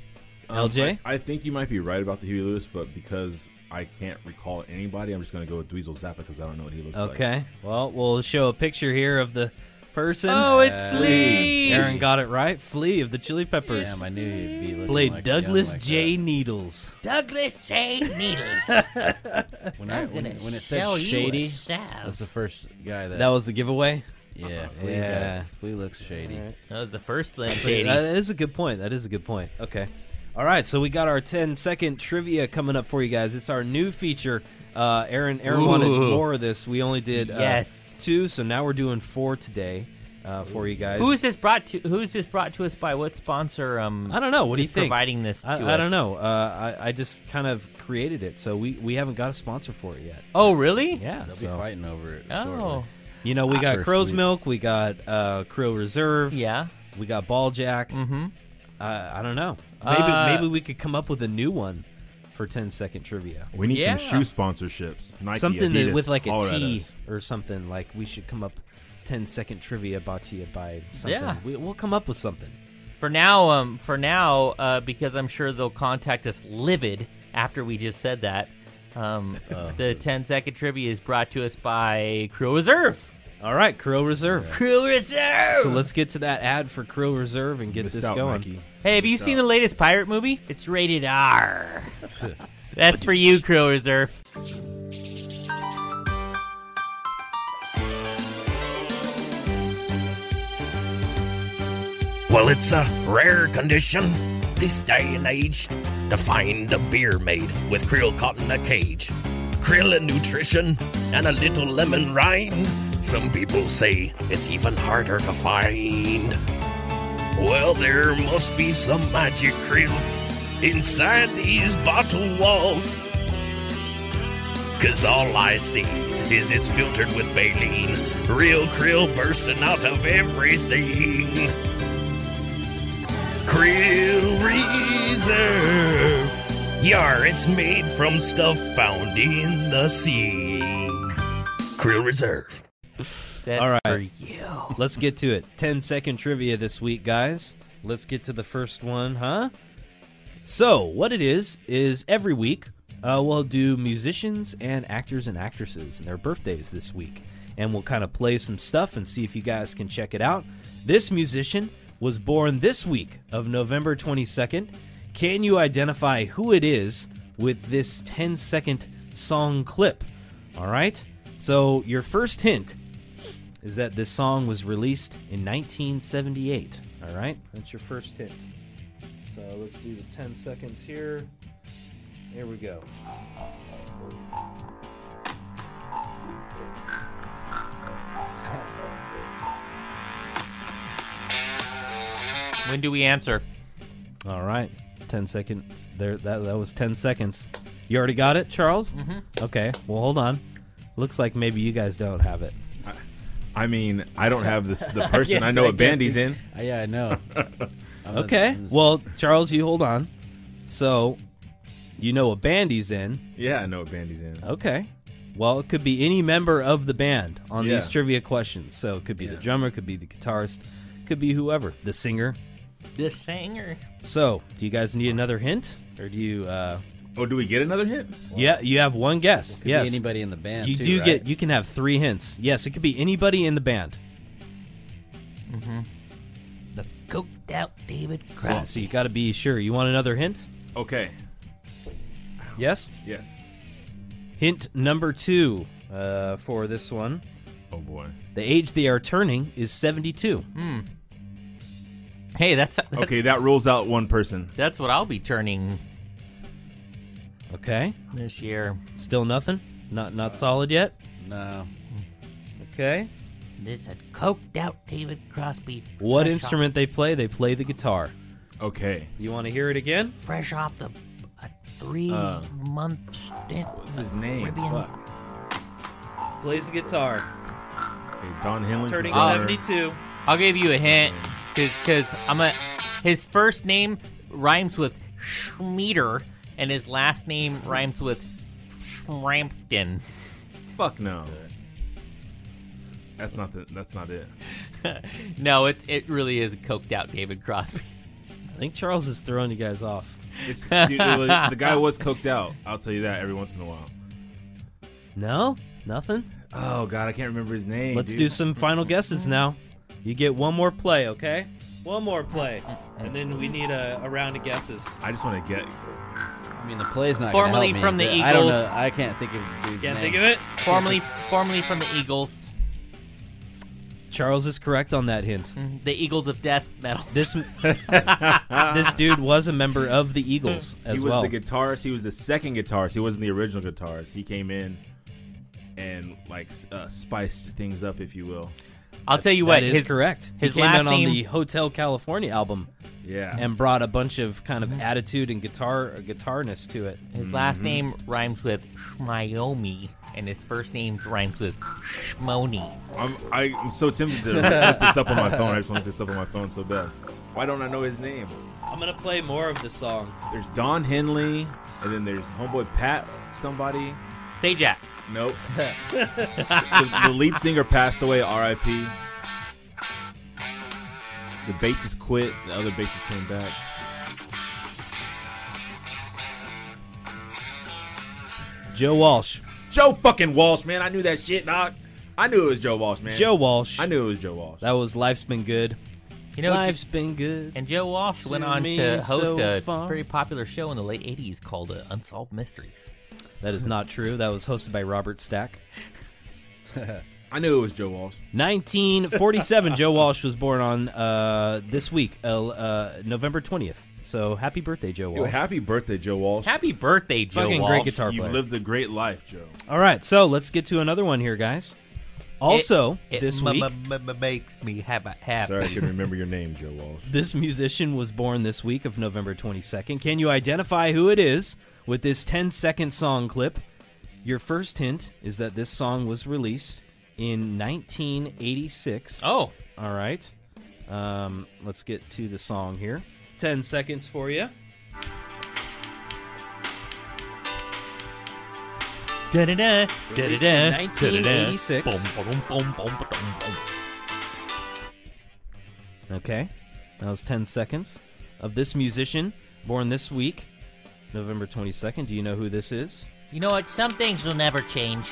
Oh Um, LJ. I, I think you might be right about the Huey Lewis, but because I can't recall anybody, I'm just going to go with Dweezil Zappa because I don't know what he looks like. okay. Well, we'll show a picture here of the person. Uh, Oh, it's Flea. Aaron got it right. Flea of the Chili Peppers. Damn, I knew he'd be looking Played like a young Douglas like J. Needles. Douglas J. Needles. that. When, I, when, it- when it said shady, that was the first guy that. That was the giveaway. yeah, Flea. got it. Yeah. Flea looks shady. That was the first Lynn Okay, Shady. That is a good point. That is a good point. Okay. All right, so we got our 10 second trivia coming up for you guys. It's our new feature. Uh, Aaron, Aaron wanted Ooh. more of this. We only did uh, Yes. two, so now we're doing four today uh, for you guys. Who's this brought to? Who's this brought to us by? What sponsor? Um, I don't know. What do you is think? providing this? To I, I us? don't know. Uh, I, I just kind of created it, so we, we haven't got a sponsor for it yet. Oh, really? Yeah, They'll be so fighting over it. Oh, shortly. you know Ah, we got First Crow's week. Milk, we got uh, Crow Reserve, yeah. we got Ball Jack. Mm-hmm. Uh, I don't know. Maybe Uh, maybe we could come up with a new one for 10 second trivia. We need Yeah. some shoe sponsorships. Nike, something that, Adidas, with like a holler at T us. or something. Like we should come up 10 second trivia brought to you by something. Yeah. We, we'll come up with something. For now, um, for now, uh, because I'm sure they'll contact us livid after we just said that. Um, the 10 second trivia is brought to us by Crew Reserve. All right, Crow Reserve. Crew Reserve. So let's get to that ad for Crow Reserve and get Missed this out, going. Nike. Hey, have you seen the latest pirate movie? It's rated R. That's for you, Crew Reserve. Well, it's a rare condition this day and age to find a beer made with krill caught in a cage. Krill and nutrition and a little lemon rind. Some people say it's even harder to find. Well, there must be some magic krill inside these bottle walls. Cause all I see is it's filtered with baleen, real krill bursting out of everything. Krill Reserve. Yar, it's made from stuff found in the sea. Krill Reserve. That's All right. for you. Let's get to it. 10 second trivia this week, guys. Let's get to the first one, huh? So, what it is, is every week uh, we'll do musicians and actors and actresses and their birthdays this week. And we'll kind of play some stuff and see if you guys can check it out. This musician was born this week of November 22nd. Can you identify who it is with this 10 second song clip? All right. So, your first hint is that this song was released in 1978. All right, that's your first hint. So let's do the 10 seconds here. Here we go. When do we answer? All right, 10 seconds. There, that, that was 10 seconds. You already got it, Charles? Mm-hmm. Okay, well, hold on. Looks like maybe you guys don't have it. I mean, I don't have this. The person I know I what band he's in. Uh, yeah, I know. I'm Okay, a- well, Charles, you hold on. So, you know a band he's in. Yeah, I know what band he's in. Okay. Well, it could be any member of the band on Yeah. these trivia questions. So it could be the Yeah. drummer, could be the guitarist, could be whoever, the singer. The singer. So, do you guys need another hint, or do you? Uh, Oh, do we get another hit? yeah, you have one guess. Could be yes, anybody in the band. you too, do right? get. You can have three hints. Yes, it could be anybody in the band. The coked out David So, so you got to be sure. You want another hint? Okay. Yes? Yes. Hint number two uh, for this one. Oh boy. The age they are turning is 72. Hmm. Hey, that's, that's Okay, that rules out one person. That's what I'll be turning Okay. this year. Still nothing? Not not solid yet? No. Okay. This had coked out David Crosby. What fresh instrument they play? They play the guitar. Okay. You want to hear it again? Off, fresh off the a three month stint. What's his name? Caribbean. Plays the guitar. Okay, Don Henley. Turning 72. I'll give you a hint, cause, 'cause I'm a. His first name rhymes with Schmeter, and his last name rhymes with Schrampton. Fuck no. That's not the, That's not it. No, it it really is coked out David Crosby. I think Charles is throwing you guys off. It's dude, it was- the guy was coked out. I'll tell you that every once in a while. No? Nothing? Oh god, I can't remember his name. Let's dude. do some final guesses now. You get one more play, okay? One more play. And then we need a, a round of guesses. I just want to get. I mean, the play's not. gonna Formerly help me, from the but I don't know. Eagles. I can't think of. the dude's Can't name. think of it? Formerly formerly from the Eagles, Charles is correct on that hint. Mm, the Eagles of Death metal. This this dude was a member of the Eagles as he was well. the guitarist. He was the second guitarist. He wasn't the original guitarist. He came in and like s- uh, spiced things up, if you will. I'll tell you That what, is his, correct. his he came last in name- on the Hotel California album Yeah. and brought a bunch of kind of attitude and guitar uh, guitarness to it. His last name rhymes with Shmiomi, and his first name rhymes with Shmoni. I'm, I'm so tempted to look this up on my phone. I just want to look this up on my phone so bad. Why don't I know his name? I'm gonna play more of the song. There's Don Henley, and then there's homeboy Pat somebody. Sajak. Nope. the, the lead singer passed away, R.I.P. The bassist quit. The other bassist came back. Joe Walsh. Joe fucking Walsh, man. I knew that shit, doc. I knew it was Joe Walsh, man. Joe Walsh. I knew it was Joe Walsh. That was life's been good. You know, life's been good. and Joe Walsh went To on me, to host so a far. very popular show in the late 80s called uh, Unsolved Mysteries. That is not true. That was hosted by Robert Stack. I knew it was Joe Walsh. 1947. Joe Walsh was born on uh, this week, uh, uh, November 20th. So happy birthday, Joe Yo, Walsh. happy birthday, Joe Walsh. Happy birthday, Joe Fucking Walsh. great guitar You've player. lived a great life, Joe. All right, so let's get to another one here, guys. Also, It this m- week, m- m- makes me happy. happy. Sorry, I couldn't remember your name, Joe Walsh. this musician was born this week of November 22nd. Can you identify who it is with this 10 second song clip? Your first hint is that this song was released in 1986. Oh, All right. Um, let's get to the song here. 10 seconds for you. da-da-da, Released da-da-da, in 1986. da-da-da. Boom, ba-dum, boom, ba-dum, boom. Okay. That was 10 seconds of this musician born this week, November 22nd. Do you know who this is? You know what? Some things will never change.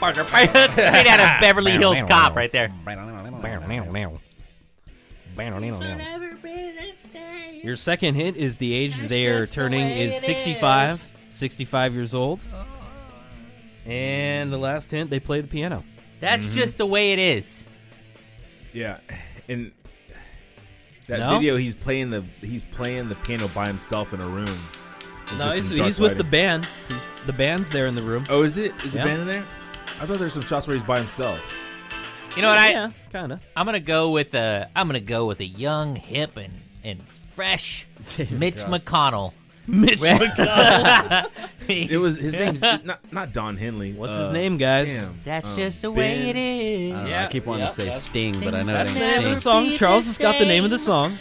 That's straight out of Beverly Hills Cop right there. Your second hit is the age they are turning is 65, 65 years old. And the last hint, they play the piano. That's just the way it is. Yeah, and that No? video, he's playing the he's playing the piano by himself in a room. It's No, just he's, some dark he's with the lighting. band. He's- the band's there in the room. Oh, is it? Is the Yeah. band in there? I thought there's some shots where he's by himself. You know what? I yeah, kind of. I'm gonna go with a I'm gonna go with a young, hip, and and fresh Mitch McConnell. Mitch It was his name's it's not not Don Henley. What's Uh, his name, guys? damn. That's Um, just the way it Ben- I, is. don't know, Yeah, I keep wanting yeah, to say that's- Sting, but I know That's it the ain't name of Sting. the song. Charles has got the name of the song.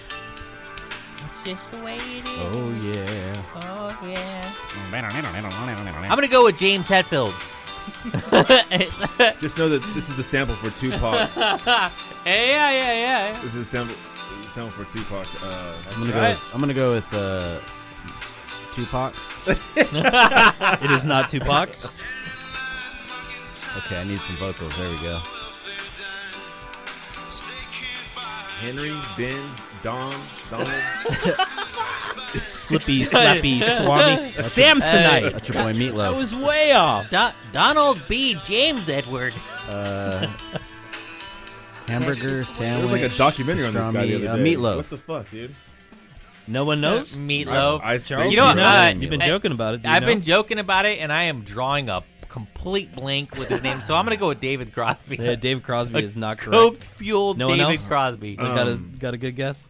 That's just the way it is. Oh, yeah. Oh, yeah. I'm gonna go with James Hetfield. Just know that this is the sample for Tupac. Yeah, yeah, yeah, yeah. this is the sample, the sample for Tupac. Uh, I'm gonna go. right. With, I'm gonna go with uh, Tupac. It is not Tupac. Okay, I need some vocals. There we go. Henry, Ben, Don, Donald. Slippy, slappy, swami, Samsonite. That's your boy I Meatloaf. was way off. Do- Donald B. James Edward. Hamburger There sandwich. was like a documentary on this guy the pastrami, other day. uh, What the meatloaf. fuck, dude? No one knows. Meatloaf. I- I- Charles, you know, you uh, have been I- joking about it. Do you Mm. I've know? been joking about it, and I am drawing a complete blank with his name. So I'm gonna go with David Crosby. Yeah, Dave Crosby is not correct. Coked fueled No one David else? Crosby. got a got a good guess?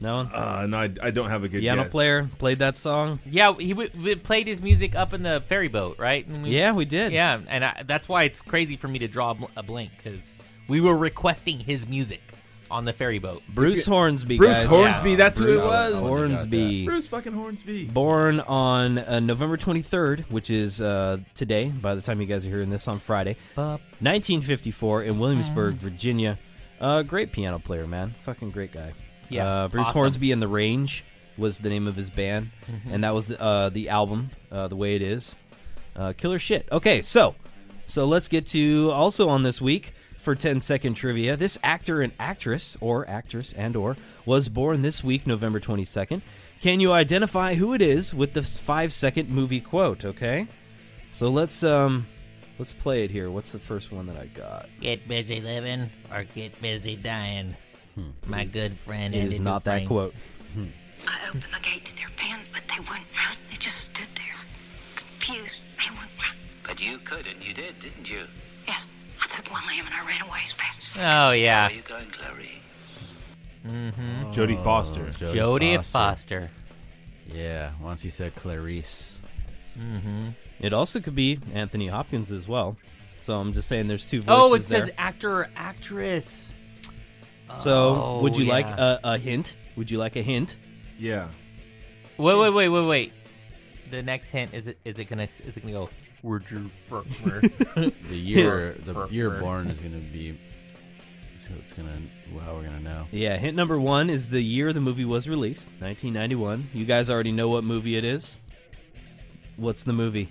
No one. Uh, no, I, I don't have a good Piano guess. player played that song. yeah, he w- w- played his music up in the ferry boat, right? And we- Yeah, we did. yeah, and I, that's why it's crazy for me to draw a bl- a blank because we were requesting his music on the ferry boat. Bruce Hornsby. guys. Bruce Hornsby, that's who it was. Hornsby. Bruce fucking Hornsby. Born on uh, November 23rd, which is uh, today, by the time you guys are hearing this on Friday, 1954 in Mm. Williamsburg, Virginia. Uh, great piano player, man. Fucking great guy. Yeah, Uh, Bruce awesome. Mm-hmm. Hornsby and the Range was the name of his band, and that was the, uh, the album, uh, The Way It Is. Uh, killer shit. Okay, so so let's get to also on this week for 10 second trivia. This actor and actress or actress and or was born this week November 22nd. Can you identify who it is with the 5 second movie quote, okay? So let's um let's play it here. What's the first one that I got? Get busy living or get busy dying. My good friend. It is not that quote. I opened the gate to their pen, but they wouldn't run. They just stood there, confused. They wouldn't run. But you could, and you did, didn't you? Yes, I took one lamb and I ran away as fast as I Oh yeah, Where are you going, Clary? Jodie Foster. Jodie Foster. Yeah, once he said Clarice. It also could be Anthony Hopkins as well. So I'm just saying there's two voices Oh, it there. says actor or actress. so Oh, would you like yeah. a, a hint? Would you like a hint? Yeah. Wait, wait, wait, wait, wait. The next hint is it is it gonna is it gonna go? Roger Ferkmer. The year the Burp, year burp. born is gonna be. So it's gonna how we're gonna know. Yeah, hint number one is the year the movie was released, 1991. You guys already know what movie it is. What's the movie?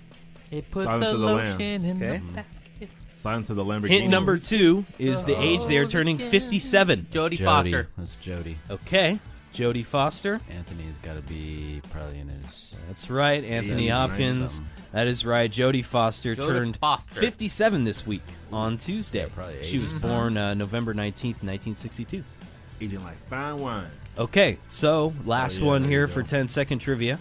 it puts Silence the of the lotion Lambs. in Okay. the basket. Silence of the Lamborghini. Hint number two is the age they are turning 57. Jodie Jody. Foster. That's Jody. Okay, Jodie Foster. Anthony's got to be probably in his. That's right, Anthony Yeah, Hopkins. 97. That is right. Jodie Foster Jodie turned Foster. 57 this week on Tuesday. probably she was born uh, November 19th, 1962. Agent like fine wine. Okay, so last Oh, yeah, one there here you for go. 10 second trivia.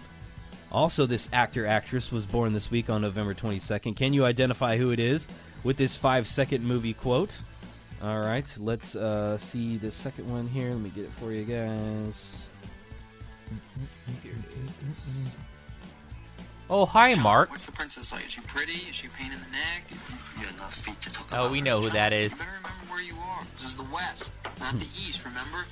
Also, this actor actress was born this week on November 22nd. Can you identify who it is with this five second movie quote? All right, let's uh, see the second one here. Let me get it for you guys. Mm-hmm. Oh hi, Mark. What's the princess like? Is she pretty? Is she a pain in the neck? You got enough feet to talk Oh, about we her, know who John. that is. You better remember where you are. This is the West, not the Hmm. East, remember?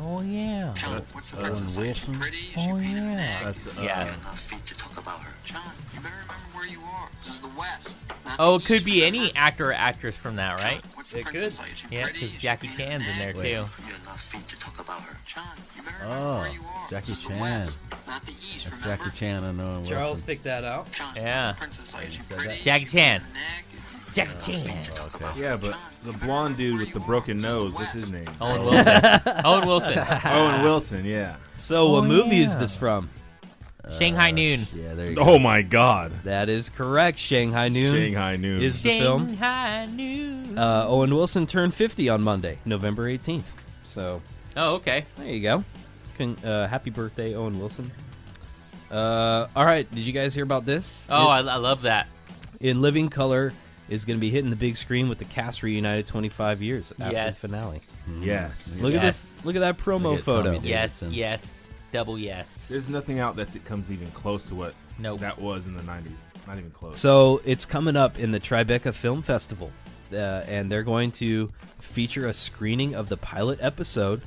Oh yeah. John, what's the princess like? Is she pretty? Is she Oh, a pain in the yeah. neck? That's uh, You Yeah. got enough feet to talk about her. John, you better remember where you are. This is the West, not Oh, the it could East, be remember? any actor or actress from that, John, right? What's the princess like? Is she Yeah, pretty? Is because she a Jackie pain in Chan's the in there neck? too. You got enough feet to talk about her. John, you better remember Oh, where you are. Jackie this is Chan. the West, not the East, That's remember? Jackie Chan and Owen Wilson. picked that out. John, Yeah. what's the princess like? Is she pretty? Is Jackie she a pain in Chan. the neck? Jackie Oh, Chan. yeah, but the blonde dude with the broken nose. What's his name? Owen Wilson. Owen Wilson. Uh, Owen Wilson. Yeah. So, Oh, what movie is this from? Shanghai Noon. Yeah, there you go. Oh my God. That is correct. Shanghai Noon Shanghai Noon. is the film. Shanghai Noon. Uh, Owen Wilson turned 50 on Monday, November 18th. So, oh, okay. There you go. Con- uh, happy birthday, Owen Wilson. Uh, all right, did you guys hear about this? Oh, I, I love that. In, In Living Color is going to be hitting the big screen with the cast reunited 25 years after Yes. the finale. Yes. Look at Yes. this! Look at that promo Look at photo. Tommy Yes, Davidson. yes, double yes. There's nothing out that's it comes even close to what Nope. that was in the 90s. Not even close. So it's coming up in the Tribeca Film Festival, uh, and they're going to feature a screening of the pilot episode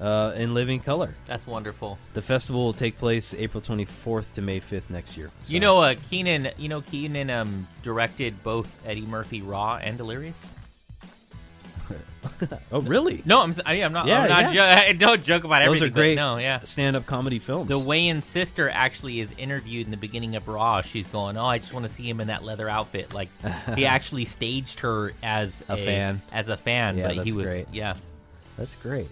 uh, in Living Color. That's wonderful. The festival will take place April 24th to May 5th next year. You So- know, uh, Keenan. You know, Keenan um, directed both Eddie Murphy Raw and Delirious. Oh, really? No, I'm. s- I, am not. Yeah, I'm not jo- don't joke about Those everything. are but great. No, yeah. Stand-up comedy films. The Wayans sister actually is interviewed in the beginning of Raw. She's going, "Oh, I just want to see him in that leather outfit." Like he actually staged her as A fan. as a fan. Yeah, but he that's was, great. yeah. That's great.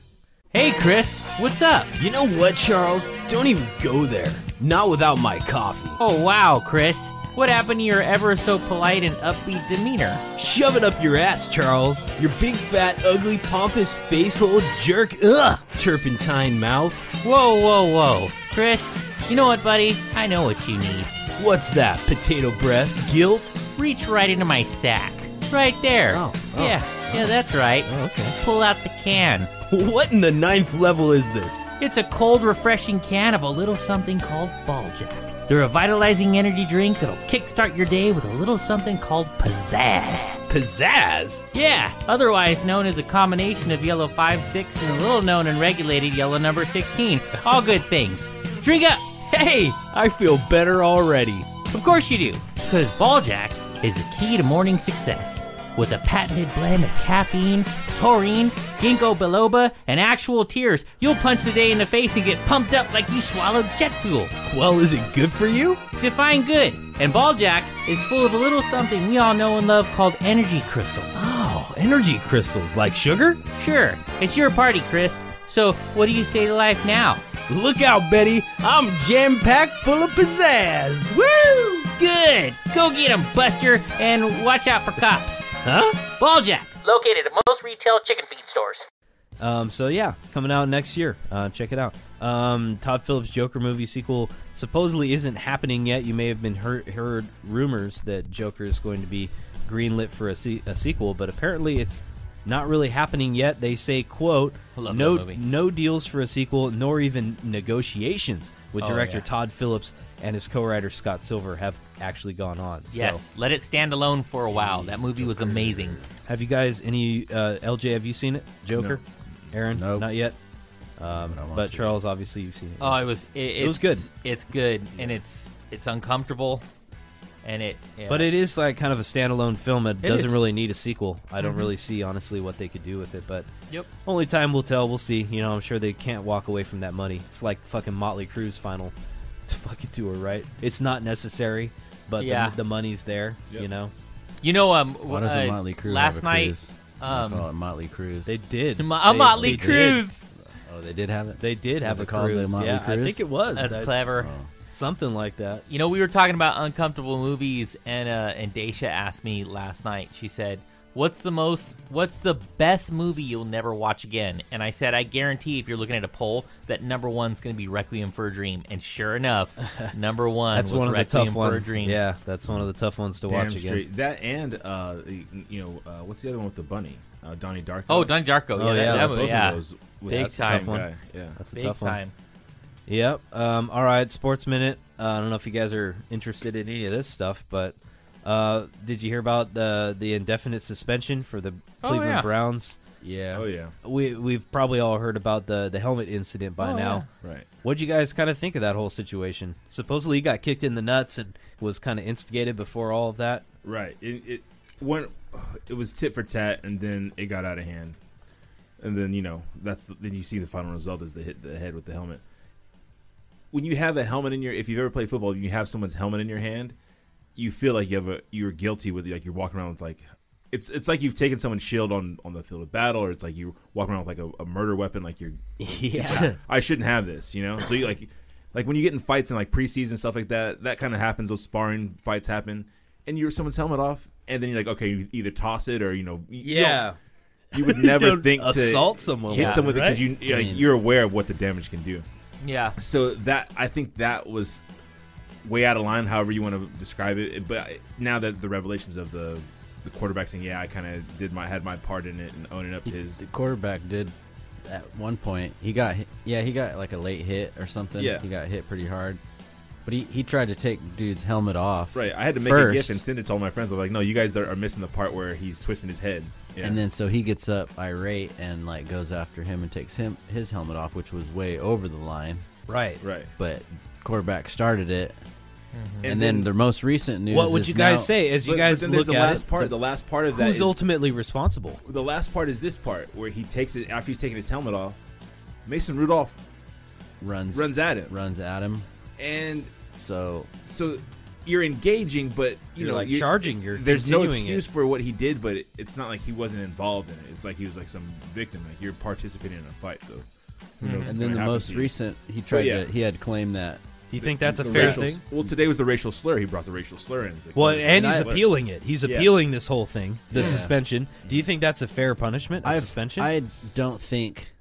Hey, Chris, what's up? You know what, Charles? Don't even go there. Not without my coffee. Oh, wow, Chris. What happened to your ever so polite and upbeat demeanor? Shove it up your ass, Charles. Your big, fat, ugly, pompous, facehole jerk. Ugh! Turpentine mouth. Whoa, whoa, whoa. Chris, you know what, buddy? I know what you need. What's that? Potato breath? Guilt? Reach right into my sack. Right there. Oh, oh, yeah, yeah, that's right. Oh, okay. Pull out the can. What in the ninth level is this? It's a cold, refreshing can of a little something called Ball Jack, the revitalizing energy drink that'll kickstart your day with a little something called pizzazz. Pizzazz? Yeah, otherwise known as a combination of yellow 5, 6, and a little known and regulated yellow number 16. All good things. Drink up! Hey, I feel better already. Of course you do, because Balljack is the key to morning success. With a patented blend of caffeine, taurine, ginkgo biloba, and actual tears, you'll punch the day in the face and get pumped up like you swallowed jet fuel. Well, is it good for you? Define good, and Balljack is full of a little something we all know and love called energy crystals. Oh, energy crystals like sugar? Sure, it's your party, Chris. So, what do you say to life now? Look out, Betty. I'm jam packed full of pizzazz. Woo! Good! Go get 'em, Buster, and watch out for cops. Huh? Balljack, located at most retail chicken feed stores. Um, so yeah, coming out next year. Uh, check it out. Um, Todd Phillips' Joker movie sequel supposedly isn't happening yet. You may have been heard, heard rumors that Joker is going to be greenlit for a, se- a sequel, but apparently it's not really happening yet. They say, "quote I love No, that movie. no deals for a sequel, nor even negotiations with Oh, director yeah. Todd Phillips and his co-writer Scott Silver have actually gone on." Yes, So, let it stand alone for a while. That movie was amazing. have you guys any uh, LJ? Have you seen it, Joker? Aaron, Nope. not yet. Um, I want but to. Charles, obviously, you've seen it. Oh, it was. It, it's, was good. It's good, and it's it's uncomfortable, and it. yeah. But it is like kind of a standalone film. It, doesn't is. Mm-hmm. really need a sequel. I don't really see honestly what they could do with it, but Yep. only time will tell. We'll see. You know, I'm sure they can't walk away from that money. It's like fucking Motley Crue's final to fucking tour, right? It's not necessary, but the- Yeah. the, money's there. You know, You know, um, Why uh, doesn't Motley Crue last have a night, cruise? Why they um, call it Motley Cruise. they did. Mo- a They- they Motley did. Cruise. oh, they did have it. They did have it a called the cruise. Motley yeah, I Cruise? think it was. That's I- clever. Oh. Something like that. You know, we were talking about uncomfortable movies, and uh, and Daisha asked me last night. She said, "What's the most? What's the best movie you'll never watch again?" And I said, "I guarantee, if you're looking at a poll, that number one's going to be Requiem for a Dream." And sure enough, number one That's was one of the Requiem tough for ones. a Dream. Yeah, that's one of the tough ones to Damn watch again. straight. That and uh, the- you know, uh, what's the other one with the bunny? Uh, Donnie Darko. Oh, Don Jarko. Yeah, Oh, yeah, that, that that's Both was, of yeah. those with Big that time. same guy. Yeah. That's a Big tough one. time. Yep. Um, all right, Sports Minute. Uh, I don't know if you guys are interested in any of this stuff, but uh, did you hear about the the indefinite suspension for the Oh, Cleveland yeah. Browns? Yeah. Oh yeah. We we've probably all heard about the the helmet incident by Oh, now. Right. What'd you guys kind of think of that whole situation? Supposedly he got kicked in the nuts and was kind of instigated before all of that. Right. It, it when it was tit for tat, and then it got out of hand, and then you know that's the, then you see the final result is they hit the head with the helmet. When you have a helmet in your, if you've ever played football, you have someone's helmet in your hand, you feel like you have a you're guilty with like you're walking around with like. It's, it's like you've taken someone's shield on, on the field of battle, or it's like you walk around with like a, a murder weapon, like you're Yeah. I shouldn't have this, you know. So you like, like when you get in fights and like preseason stuff like that, that kind of happens. Those sparring fights happen, and you're someone's helmet off, and then you're like, okay, you either toss it or you know, you- you Yeah. don't- you would never Don't think assault to someone hit with it, someone because right? you you know, you're aware of what the damage can do. Yeah. So that I think that was way out of line, however you want to describe it. But I- now that the revelations of the the quarterback saying, yeah, I kind of did my had my part in it and owning up to his. The quarterback did at one point. He got hit, yeah, he got like a late hit or something. Yeah. he got hit pretty hard. But he, he tried to take dude's helmet off. Right, I had to make a first, gift and send it to all my friends. I was like, "No, you guys are, are missing the part where he's twisting his head." Yeah. and then so he gets up irate and like goes after him and takes him his helmet off, which was way over the line. Right. right, But quarterback started it, and, and, then, the most recent news. Mm-hmm. What would is you guys now- say as you but- guys but then look there's the at last it? part. The last part of that who's is- ultimately responsible? the last part is this part where he takes it after he's taking his helmet off. Mason Rudolph Runs runs at him, runs at him. and So so you're engaging, but you You're, know like, charging, you're there's no continuing excuse it. for what he did, but it, it's not like he wasn't involved in it. It's like he was like some victim. Like you're participating in a fight, so Hmm. Who knows And what's then gonna the happen most to you. recent, Oh, he But tried yeah. to. He had claimed that. You think that's a The fair racial- thing? Well, today was the racial slur. He brought the racial slur in. He's like, Well, "Oh, and he's racial slur." appealing it. He's Yeah. appealing this whole thing, the Yeah. suspension. Do you think that's a fair punishment? a I've- suspension? I don't think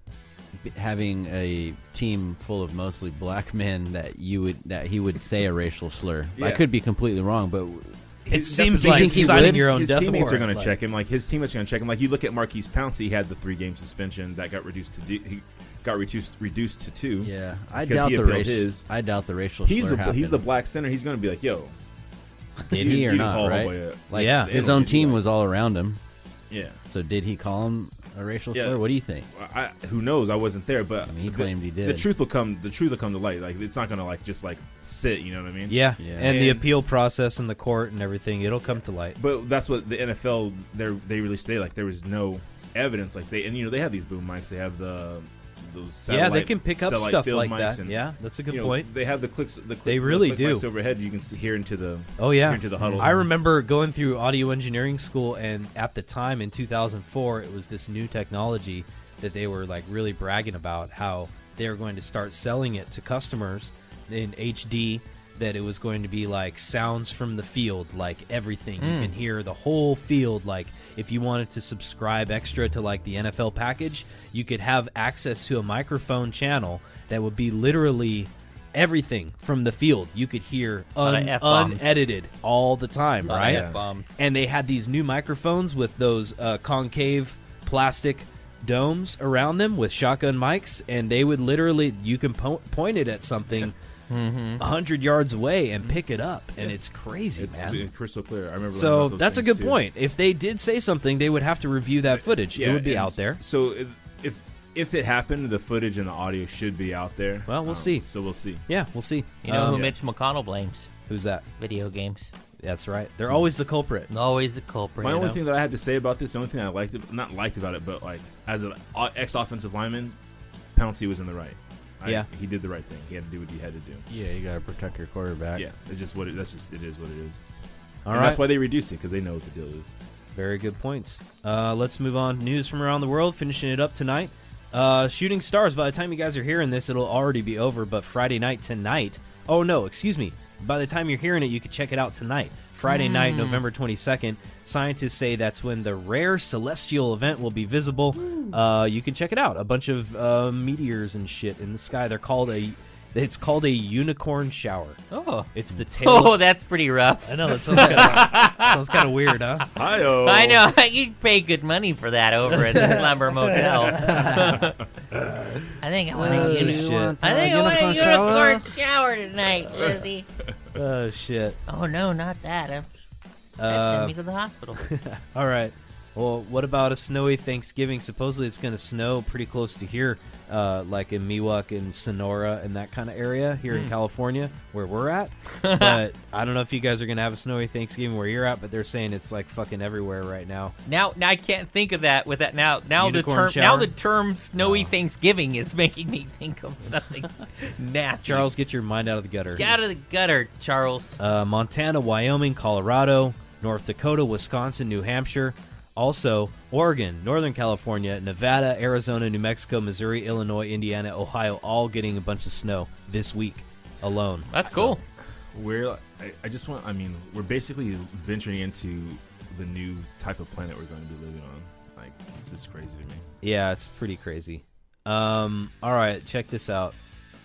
b- having a team full of mostly black men that you would that he would say a racial slur. Yeah. I could be completely wrong, but it That's the seems thing. like You think he signing would? your own his death teammates warrant, are going to like- check him. Like his teammates are going to check him. Like you look at Marquise Pouncey, he had the three game suspension that got reduced to d he got reduced reduced to two. yeah, I because doubt he the appealed race. his. I doubt the racial He's slur the he's the happened. black center. He's going to be like, yo, did you- he you or can not? call Right? homeboy a- Like Yeah. his they don't own do team that. was all around him. yeah. So did he call him a racial Yeah. slur? What do you think? I, who knows? I wasn't there, but mean, he the- claimed he did. The truth will come. The truth will come to light. Like it's not going to like just like sit. You know what I mean? Yeah. Yeah. and the And- appeal process and the court and everything, it'll come to light. But that's what the NFL they they released today. Like there was no evidence. Like they and you know they have these boom mics. They have the those Yeah, they satellite- can pick up satellite stuff field like mics that. and, yeah, that's a good you know, point. They have the clicks. The click, They really the click mics do. overhead. You can see, hear into the Oh yeah, hear into the huddle. I remember going through audio engineering school, and at the time in 2004, it was this new technology that they were like really bragging about how they were going to start selling it to customers in HD. That it was going to be like sounds from the field, like everything you Hmm. can hear the whole field. Like if you wanted to subscribe extra to like the NFL package, you could have access to a microphone channel that would be literally everything from the field. You could hear lot of un- F-bombs. unedited all the time, Lot of right? F-bombs. And they had these new microphones with those uh, concave plastic domes around them with shotgun mics, and they would literally you can po- point it at something a hundred yards away and pick it up, and it's crazy, Mm-hmm. It's man. uh, crystal clear. I remember. learning So about those that's a things, good too. point. If they did say something, they would have to review that footage. it Yeah, would be and out s- there. So if- if if it happened, the footage and the audio should be out there. Well, we'll Um, see. So we'll see. Yeah, we'll see. You know who Um, Mitch McConnell blames? who's that? Video games. That's right. They're Hmm. always the culprit. Always the culprit. My you only know? thing that I had to say about this, the only thing I liked, ab- not liked about it, but like as an o- ex-offensive lineman, Pouncey was in the right. I- Yeah. he did the right thing. He had to do what he had to do. Yeah, you got to protect your quarterback. Yeah, it's just what it, that's just it is what it is. All and right. that's why they reduced it because they know what the deal is. Very good points. Uh, let's move on. News from around the world, finishing it up tonight. Uh, Shooting Stars, by the time you guys are hearing this, it'll already be over, but Friday night tonight. Oh, no, excuse me. By the time you're hearing it, you can check it out tonight. Friday night, November 22nd. Scientists say that's when the rare celestial event will be visible. Uh, you can check it out. A bunch of uh, meteors and shit in the sky. They're called a. It's called a unicorn shower. Oh. It's the tail. Oh, that's pretty rough. I know that sounds kind of, sounds kind of weird, huh? Hi-oh. I know. You pay good money for that over at the Slumber Motel. I think I want Holy to shit. I think I want a Uh, unicorn shower tonight, Lizzie. Oh shit. oh no, not that. I'm, that Uh, sent me to the hospital. All right. Well, what about a snowy Thanksgiving? Supposedly it's going to snow pretty close to here, uh, like in Miwok and Sonora and that kind of area here in California where we're at. but I don't know if you guys are going to have a snowy Thanksgiving where you're at, but they're saying it's like fucking everywhere right now. Now, now I can't think of that with that. Now, now Unicorn the term, shower? now the term "snowy Thanksgiving" is making me think of something nasty. Charles, get your mind out of the gutter. get out of the gutter, Charles. uh, Montana, Wyoming, Colorado, North Dakota, Wisconsin, New Hampshire, also Oregon, Northern California, Nevada, Arizona, New Mexico, Missouri, Illinois, Indiana, Ohio, all getting a bunch of snow this week alone. That's cool. We're I, I just want. I mean, we're basically venturing into the new type of planet we're going to be living on. Like it's just crazy to me. Yeah, it's pretty crazy. Um, all right, check this out.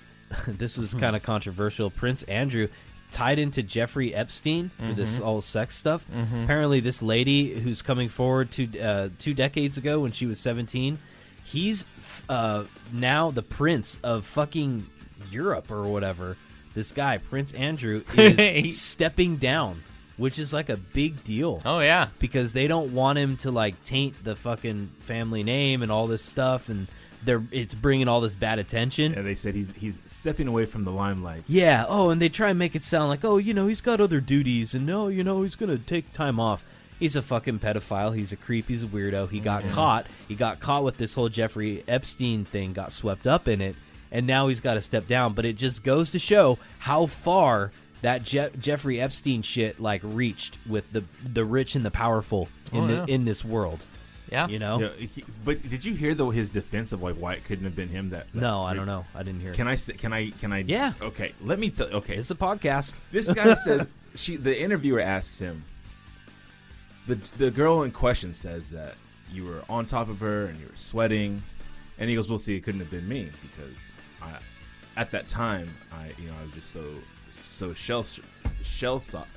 this was kind of controversial. Prince Andrew tied into Jeffrey Epstein for this all sex stuff. Apparently, this lady who's coming forward two uh, two decades ago when she was seventeen, he's f- uh, now the prince of fucking Europe or whatever. This guy, Prince Andrew, is stepping down, which is like a big deal Oh yeah. because they don't want him to like taint the fucking family name and all this stuff and they're it's bringing all this bad attention yeah. And they said he's he's stepping away from the limelight. oh and they try and make it sound like oh you know he's got other duties and no you know he's gonna take time off he's a fucking pedophile he's a creep he's a weirdo he got caught he got caught with this whole jeffrey epstein thing got swept up in it and now he's got to step down but it just goes to show how far that Je- jeffrey epstein shit like reached with the the rich and the powerful in the in this world Yeah. You know? Yeah, he- but did you hear though his defense of like why it couldn't have been him? That, that No, I don't know. I didn't hear. Can it. I? say- Can I? Can I? Yeah. Okay. Let me tell. Okay. It's a podcast. This guy says she. The interviewer asks him. The the girl in question says that you were on top of her and you were sweating, and he goes, "Well, see, it couldn't have been me because I, at that time, I you know I was just so so shell shell shocked,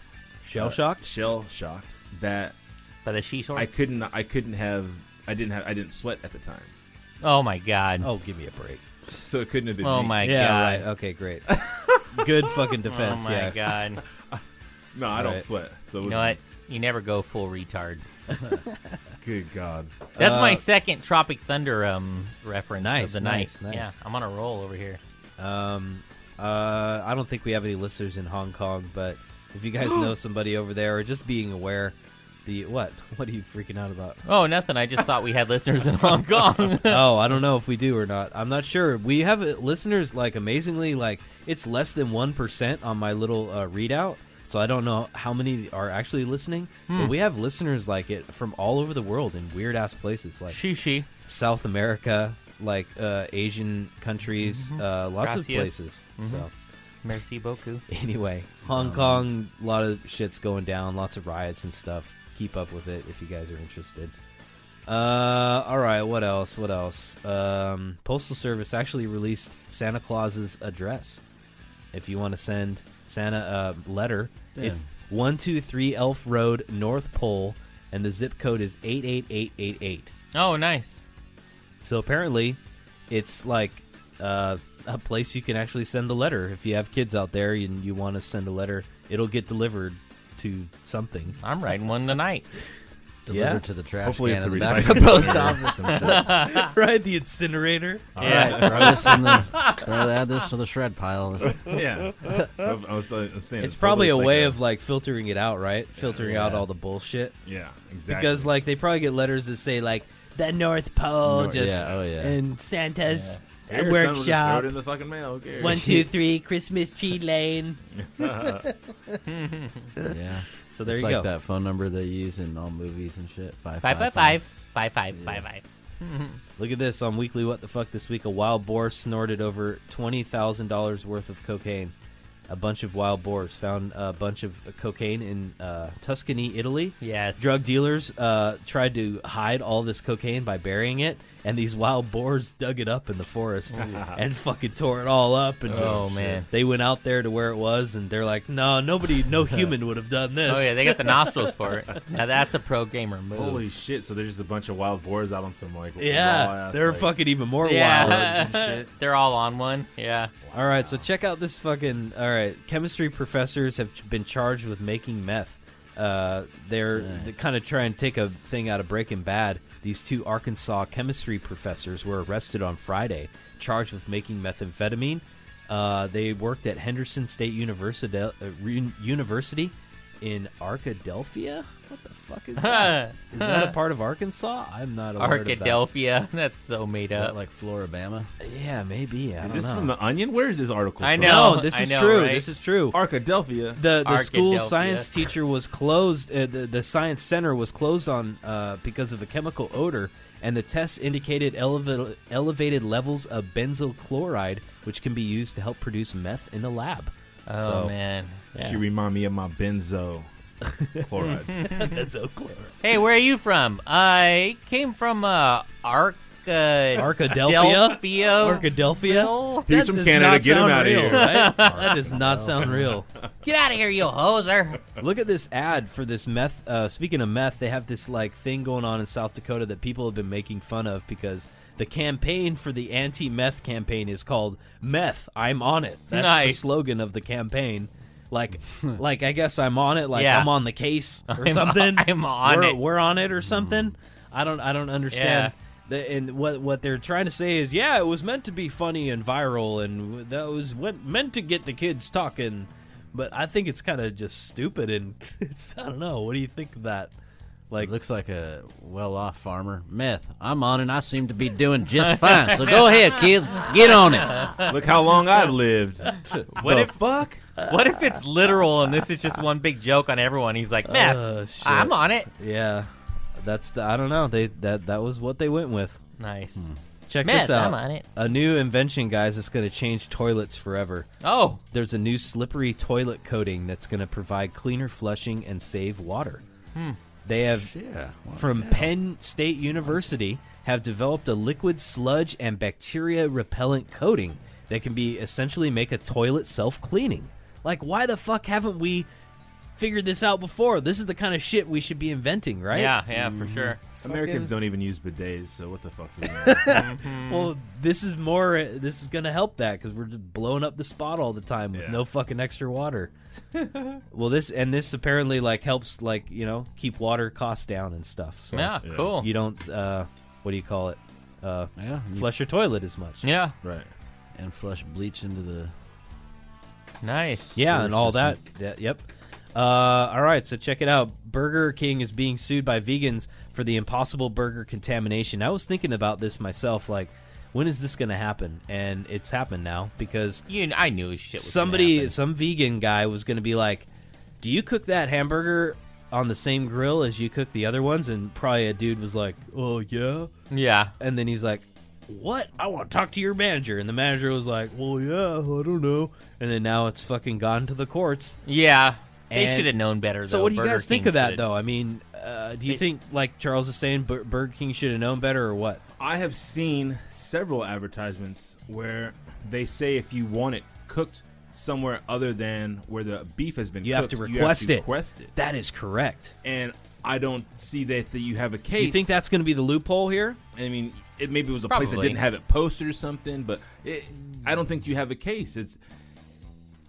Shell shocked? shell shocked that by the she I couldn't I couldn't have I didn't have I didn't sweat at the time, Oh my god. Oh, give me a break. so it couldn't have been. Oh me. my Yeah, god. right. Okay, great. Good fucking defense. Oh yeah. my god. No, I don't Right. sweat. So it You know what? You never go full retard. Good God. That's my second Tropic Thunder um reference Uh, nice, of the nice, nice. night. Yeah, I'm on a roll over here. Um, uh, I don't think we have any listeners in Hong Kong, but if you guys know somebody over there, or just being aware, the what? What are you freaking out about? Oh, nothing. I just thought we had listeners in Hong Kong. oh, I don't know if we do or not. I'm not sure. We have uh, listeners like amazingly like it's less than one percent on my little uh, readout, so I don't know how many are actually listening. Hmm. But we have listeners like it from all over the world in weird ass places like Shishi. South America, like uh, Asian countries, uh, lots of Gracias. places. So Merci beaucoup. anyway, Hong Kong, a lot of shit's going down, lots of riots and stuff. Keep up with it if you guys are interested. Uh, all right, what else? What else? Um, Postal Service actually released Santa Claus's address. If you want to send Santa a letter, it's one two three Elf Road, North Pole, and the zip code is eight eight eight eight eight. Oh, nice. So apparently, it's like uh, a place you can actually send a letter. If you have kids out there and you want to send a letter, it'll get delivered to something. I'm writing one tonight. Delivered Yeah. to the trash Hopefully can it's in a the back of the recycling post office. and shit. right, the incinerator. yeah. All right, throw this in the, throw, add this to the shred pile. Yeah. I was, I was uh, saying It's hopefully probably a like way of like filtering it out, right? Filtering out all the bullshit Yeah, exactly. because like they probably get letters that say like the North Pole, North- just yeah, oh, yeah. and Santa's Here, someone just workshop. throw it in the fucking mail. Who cares? One, two, three, Christmas tree lane. Yeah. So there it's you like go. that phone number they use in all movies and shit. Five Five five five five five five five. Look at this on Weekly What the Fuck this week. A wild boar snorted over $20,000 worth of cocaine. A bunch of wild boars found a bunch of cocaine in uh, Tuscany, Italy. Yes. Drug dealers uh, tried to hide all this cocaine by burying it, and these wild boars dug it up in the forest and fucking tore it all up. And Oh, just, man. they went out there to where it was, and they're like, "No, nobody, no human would have done this." Oh yeah, they got the nostrils for it. Now that's a pro gamer move. Holy shit! So there's just a bunch of wild boars out on some like Yeah, raw-ass, they're like, fucking even more wild. yeah, they're all on one. Yeah. All right, so check out this fucking. All right, chemistry professors have ch- been charged with making meth. Uh, they're they kind of trying to take a thing out of Breaking Bad. These two Arkansas chemistry professors were arrested on Friday, charged with making methamphetamine. Uh, they worked at Henderson State University, uh, Re- University in Arkadelphia. What the fuck is that? is that a part of Arkansas? I'm not aware of that. Ah, Arkadelphia. That's so made Is that up. like Floribama? Yeah, maybe. I Is don't this know. from the Onion? Where is this article? I from? know. No, this I is know, true. right? This is true. Arkadelphia. the the school Arkadelphia. science teacher was closed. Uh, the the science center was closed on uh, because of a chemical odor, and the tests indicated eleva- elevated levels of benzyl chloride, which can be used to help produce meth in the lab. oh man. She remind me of my benzo chloride. benzyl chloride. Hey, where are you from? I came from uh Ark. Arkadelphia? Arkadelphia. Arkadelphia. Here's That some does Canada. not Get him sound out of real, here. right? That does not sound real. Get out of here, you hoser. Look at this ad for this meth. Uh, speaking of meth, they have this like thing going on in South Dakota that people have been making fun of because the campaign for the anti-meth campaign is called "Meth, I'm on it." That's the Nice. slogan of the campaign. Like, like I guess I'm on it. Like Yeah. I'm on the case or I'm- something. I'm on we're, it. We're on it or something. I don't. I don't understand. The, and what what they're trying to say is, yeah, it was meant to be funny and viral, and that was what meant to get the kids talking. But I think it's kind of just stupid, and it's, I don't know. What do you think of that? Like, It looks like a well-off farmer. Meth. I'm on it. and I seem to be doing just fine. So go ahead, kids. Get on it. Look how long I've lived. What The if fuck? What if it's literal and this is just one big joke on everyone? He's like, meth. Oh, shit. I'm on it. yeah, that's the, I don't know. They that that was what they went with. Nice. Hmm. Check Matt, this out. I'm on it. A new invention, guys, that's going to change toilets forever. Oh. There's a new slippery toilet coating that's going to provide cleaner flushing and save water. Hmm. They have Yeah, wow. from Penn State University have developed a liquid sludge and bacteria repellent coating that can be essentially make a toilet self-cleaning. Like why the fuck haven't we figured this out before? This is the kind of shit we should be inventing, right? Hmm. Yeah, yeah, for sure. Americans Fucking- don't even use bidets, so what the fuck's wrong? Well, this is more. This is gonna help that because we're just blowing up the spot all the time with no fucking extra water. well, this and this apparently like helps like you know keep water costs down and stuff. So Yeah, Yeah. cool. You don't. uh What do you call it? Uh, Yeah, you- flush your toilet as much. Yeah. Right. And flush bleach into the. Nice. Yeah, sewer and all system. that. Yeah, yep. Uh, all right, so check it out. Burger King is being sued by vegans for the Impossible Burger contamination. I was thinking about this myself, like, when is this going to happen? And it's happened now because You, I knew shit. Was gonna somebody, happen. some vegan guy, was going to be like, "Do you cook that hamburger on the same grill as you cook the other ones?" And probably a dude was like, "Oh yeah, yeah." And then he's like, "What? I want to talk to your manager." And the manager was like, "Well, yeah, I don't know." And then now it's fucking gone to the courts. Yeah, they And- should have known better. So though. what do you Burger guys think King of that should- though? I mean, uh, do you It- think like Charles is saying Bur- Burger King should have known better or what? I have seen several advertisements where they say if you want it cooked somewhere other than where the beef has been You have cooked, to you request it. request it. That is correct. And I don't see that, that you have a case. You think that's going to be the loophole here? I mean, it maybe it was a place Probably. that didn't have it posted or something, but it, I don't think you have a case. It's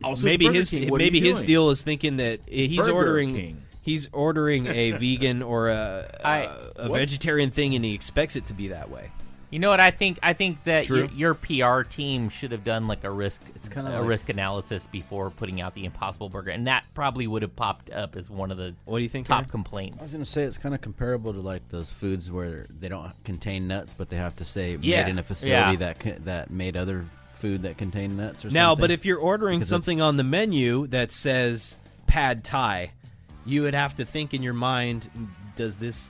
also maybe it's Burger his King. What are maybe you his doing? deal is thinking that he's Burger ordering King. he's ordering a vegan or a a, a what? vegetarian thing and he expects it to be that way. You know what I think? I think that your, True. your PR team should have done like a risk, it's kind kinda of a like- risk analysis before putting out the Impossible Burger, and that probably would have popped up as one of the what do you think top I complaints. was gonna say it's kind of comparable to like those foods where they don't contain nuts, but they have to say Yeah. made in a facility Yeah. that co- that made other food that contained nuts or Now, something. but if you're ordering Because it's- something on the menu that says pad thai, you would have to think in your mind, does this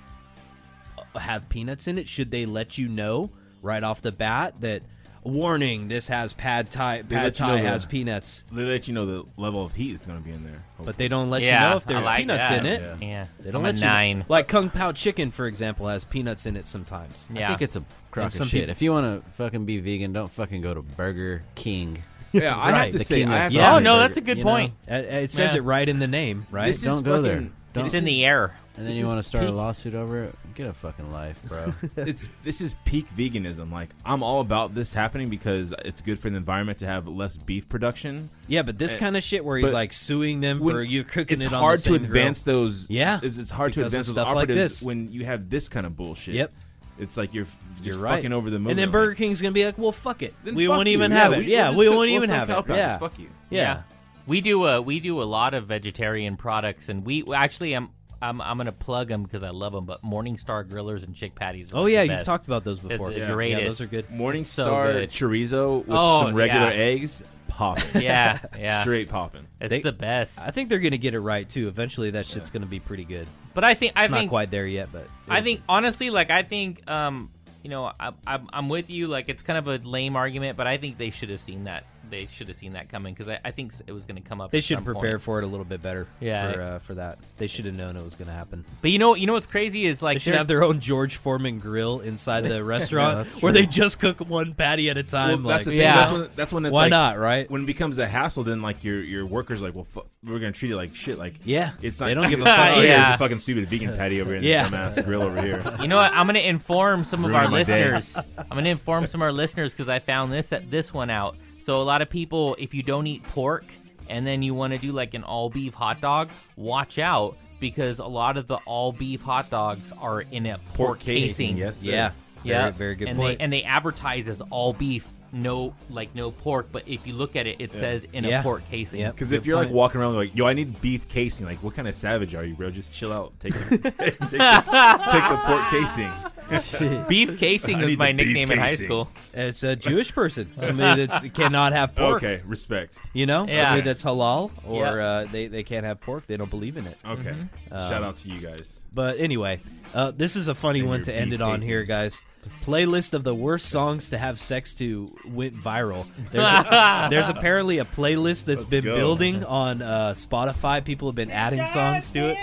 have peanuts in it? Should they let you know right off the bat that warning, this has pad thai, They pad let you thai know the- has peanuts. They let you know the level of heat that's going to be in there. But they don't let Yeah, you know if I there's like peanuts that. in it. Yeah. Yeah. They don't I'm a let you nine. know. Like Kung Pao chicken, for example, has peanuts in it sometimes. I think it's a And crock of some shit. peop- if you want to fucking be vegan, don't fucking go to Burger King. Yeah, I have Right, to the say, king I of have to- fast Oh, food no, burger, that's a good you know? point. Uh, uh, it says Yeah. it right in the name, right? This is don't go there. fucking- Don't. It's in the air. And then This you is want to start a peak- lawsuit over it? Get a fucking life, bro. it's this is peak veganism. Like I'm all about this happening because it's good for the environment to have less beef production. Yeah, but this And- kind of shit where he's uh, but like suing them when- for you cooking it's it on hard the same to grill. advance those. Yeah, it's, it's hard to because of advance those stuff like operatives this. when you have this kind of bullshit. Yep. it's like you're You're just right. fucking over the moon. And then Burger King's gonna be like, "Well, fuck it. Then we fuck won't you. even Yeah, have we- it. we'll Yeah, just we cook- won't we'll even suck have cow it. patties. Yeah, Fuck you. Yeah. We do a we do a lot of vegetarian products, and we well, actually I'm I'm, I'm gonna plug them because I love them. But Morningstar grillers and chick patties. Are Oh like yeah, the you've best. talked about those before. The, the Yeah. Yeah, greatest. those are good. Morningstar So good. chorizo with Oh, some regular yeah. eggs, popping. Yeah, yeah. straight popping. It's They- the best. I think they're gonna get it right too. Eventually, that shit's gonna be pretty good. But I think- it's I not think- quite there yet. But I think honestly, like I think, um, you know, I, I'm I'm with you. Like it's kind of a lame argument, but I think they should have seen that. They should have seen that coming because I, I think it was going to come up. they at should some prepare point. for it a little bit better. Yeah. for, uh, for that they should have known it was gonna happen. But you know, you know what's crazy is like They should there- have their own George Foreman grill inside the restaurant that's where true. they just cook one patty at a time. Well, that's the like, thing. Yeah. That's when. That's when it's Why like- not, right? When it becomes a hassle, then like your your workers like, well, fu- we're gonna treat it like shit. Like, Yeah. it's not. They don't give a Oh, fuck. here's Yeah. a fucking stupid vegan patty over here. in Yeah. this dumbass grill over here. You know what? I'm going to inform some of Ruined our my day. listeners. I'm going to inform some of our listeners because I found this this one out. So a lot of people, if you don't eat pork and then you want to do like an all beef hot dog, watch out because a lot of the all beef hot dogs are in a pork, casing. casing, yes, sir. Yeah. Yeah, Very- very good and point. They, and they advertise as all beef, no like no pork. But if you look at it, it says in Yeah. a pork casing. Yep. Because Good if you're point. like walking around like, yo, I need beef casing. Like, what kind of savage are you, bro? Just chill out. Take the, take, the, take the pork casing. Beef casing I was need my the beef nickname in high casing. school. It's a Jewish person. Somebody that cannot have pork. okay, respect. You know, Yeah. somebody that's halal or Yeah. uh, they, they can't have pork. They don't believe in it. Okay, shout out to you guys. But anyway, uh, this is a funny And one your to end beef it on tasting. here, guys. Playlist of the worst songs to have sex to went viral. There's, a, there's apparently a playlist that's been go. building on uh, Spotify. People have been adding songs to it.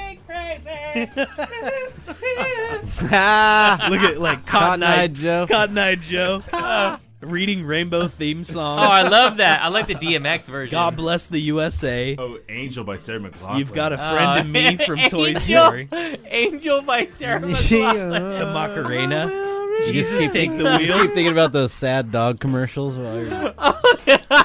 Look at Look at like Cotton Eye Ah, Joe. Cotton Eye Joe. Reading Rainbow theme song. Oh, I love that. I like the DMX version. God bless the USA. Oh, Angel by Sarah McLaughlin. You've got a Oh. friend in me from Toy Angel- Story. Angel by Sarah McLachlan. The Macarena. You just Jesus, keep, take the you just wheel. keep thinking about those sad dog commercials. While you're,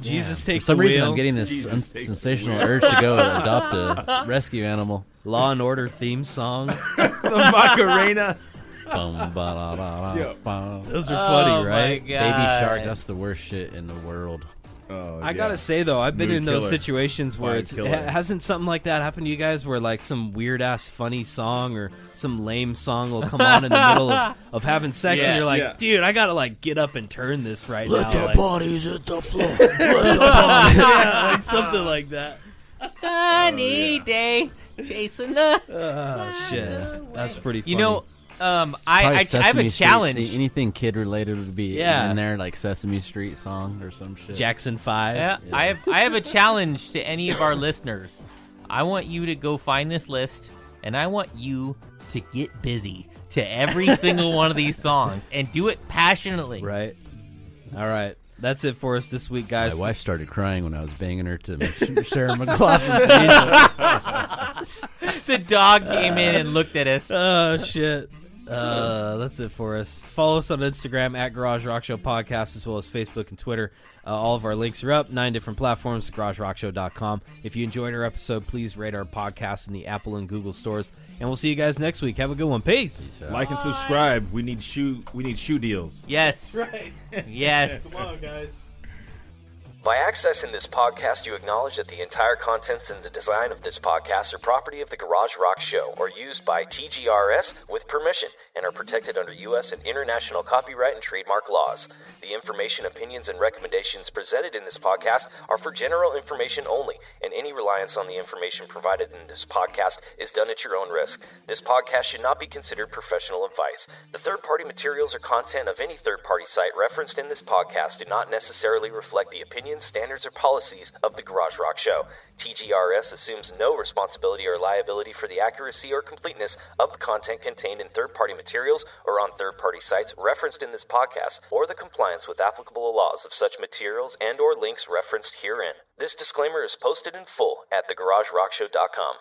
Jesus, for take some the reason, wheel. I'm getting this Jesus, un- take the sensational wheel. urge to go adopt a rescue animal. Law and Order theme song. the Macarena. Bum, ba, da, da, da, Yo. bum. Those are Oh, funny, my right? Baby God. shark. That's the worst shit in the world. Oh, I yeah. gotta say though, I've been Mood in those killer. situations where Vibe it's killer. ha- hasn't something like that happened to you guys, where like some weird ass funny song or some lame song will come on in the middle of, of having sex, Yeah, and you're like, yeah. dude, I gotta like get up and turn this right now, like, bodies at the floor. Let the yeah, like something like that. Sunny day, uh, chasing the. Oh shit, that's pretty. Funny. You know, um, Probably I, I, I have Sesame a Street. challenge. See, anything kid related would be Yeah. in there, like Sesame Street song or some shit. Jackson Five. Yeah, I have I have a challenge to any of our listeners. I want you to go find this list, and I want you to get busy to every single one of these songs and do it passionately. Right. All right, that's it for us this week, My guys. wife started crying when I was banging her to Mich- Sarah McLaughlin. The dog came in and looked at us. Oh shit. Uh, that's it for us. Follow us on Instagram at Garage Rock Show Podcast as well as Facebook and Twitter. Uh, all of our links are up, nine different platforms, garagerockshow.com. If you enjoyed our episode, please rate our podcast in the Apple and Google stores. And we'll see you guys next week. Have a good one. Peace. like and subscribe. We need shoe. We need shoe deals. Yes. Yes. By accessing this podcast, you acknowledge that the entire contents and the design of this podcast are property of the Garage Rock Show or used by TGRS with permission and are protected under U.S. and international copyright and trademark laws. The information, opinions, and recommendations presented in this podcast are for general information only, and any reliance on the information provided in this podcast is done at your own risk. This podcast should not be considered professional advice. The third party materials or content of any third party site referenced in this podcast do not necessarily reflect the opinions, standards, or policies of the Garage Rock Show. TGRS assumes no responsibility or liability for the accuracy or completeness of the content contained in third party materials or on third party sites referenced in this podcast or the compliance with applicable laws of such materials and or links referenced herein. This disclaimer is posted in full at thegaragerockshow.com.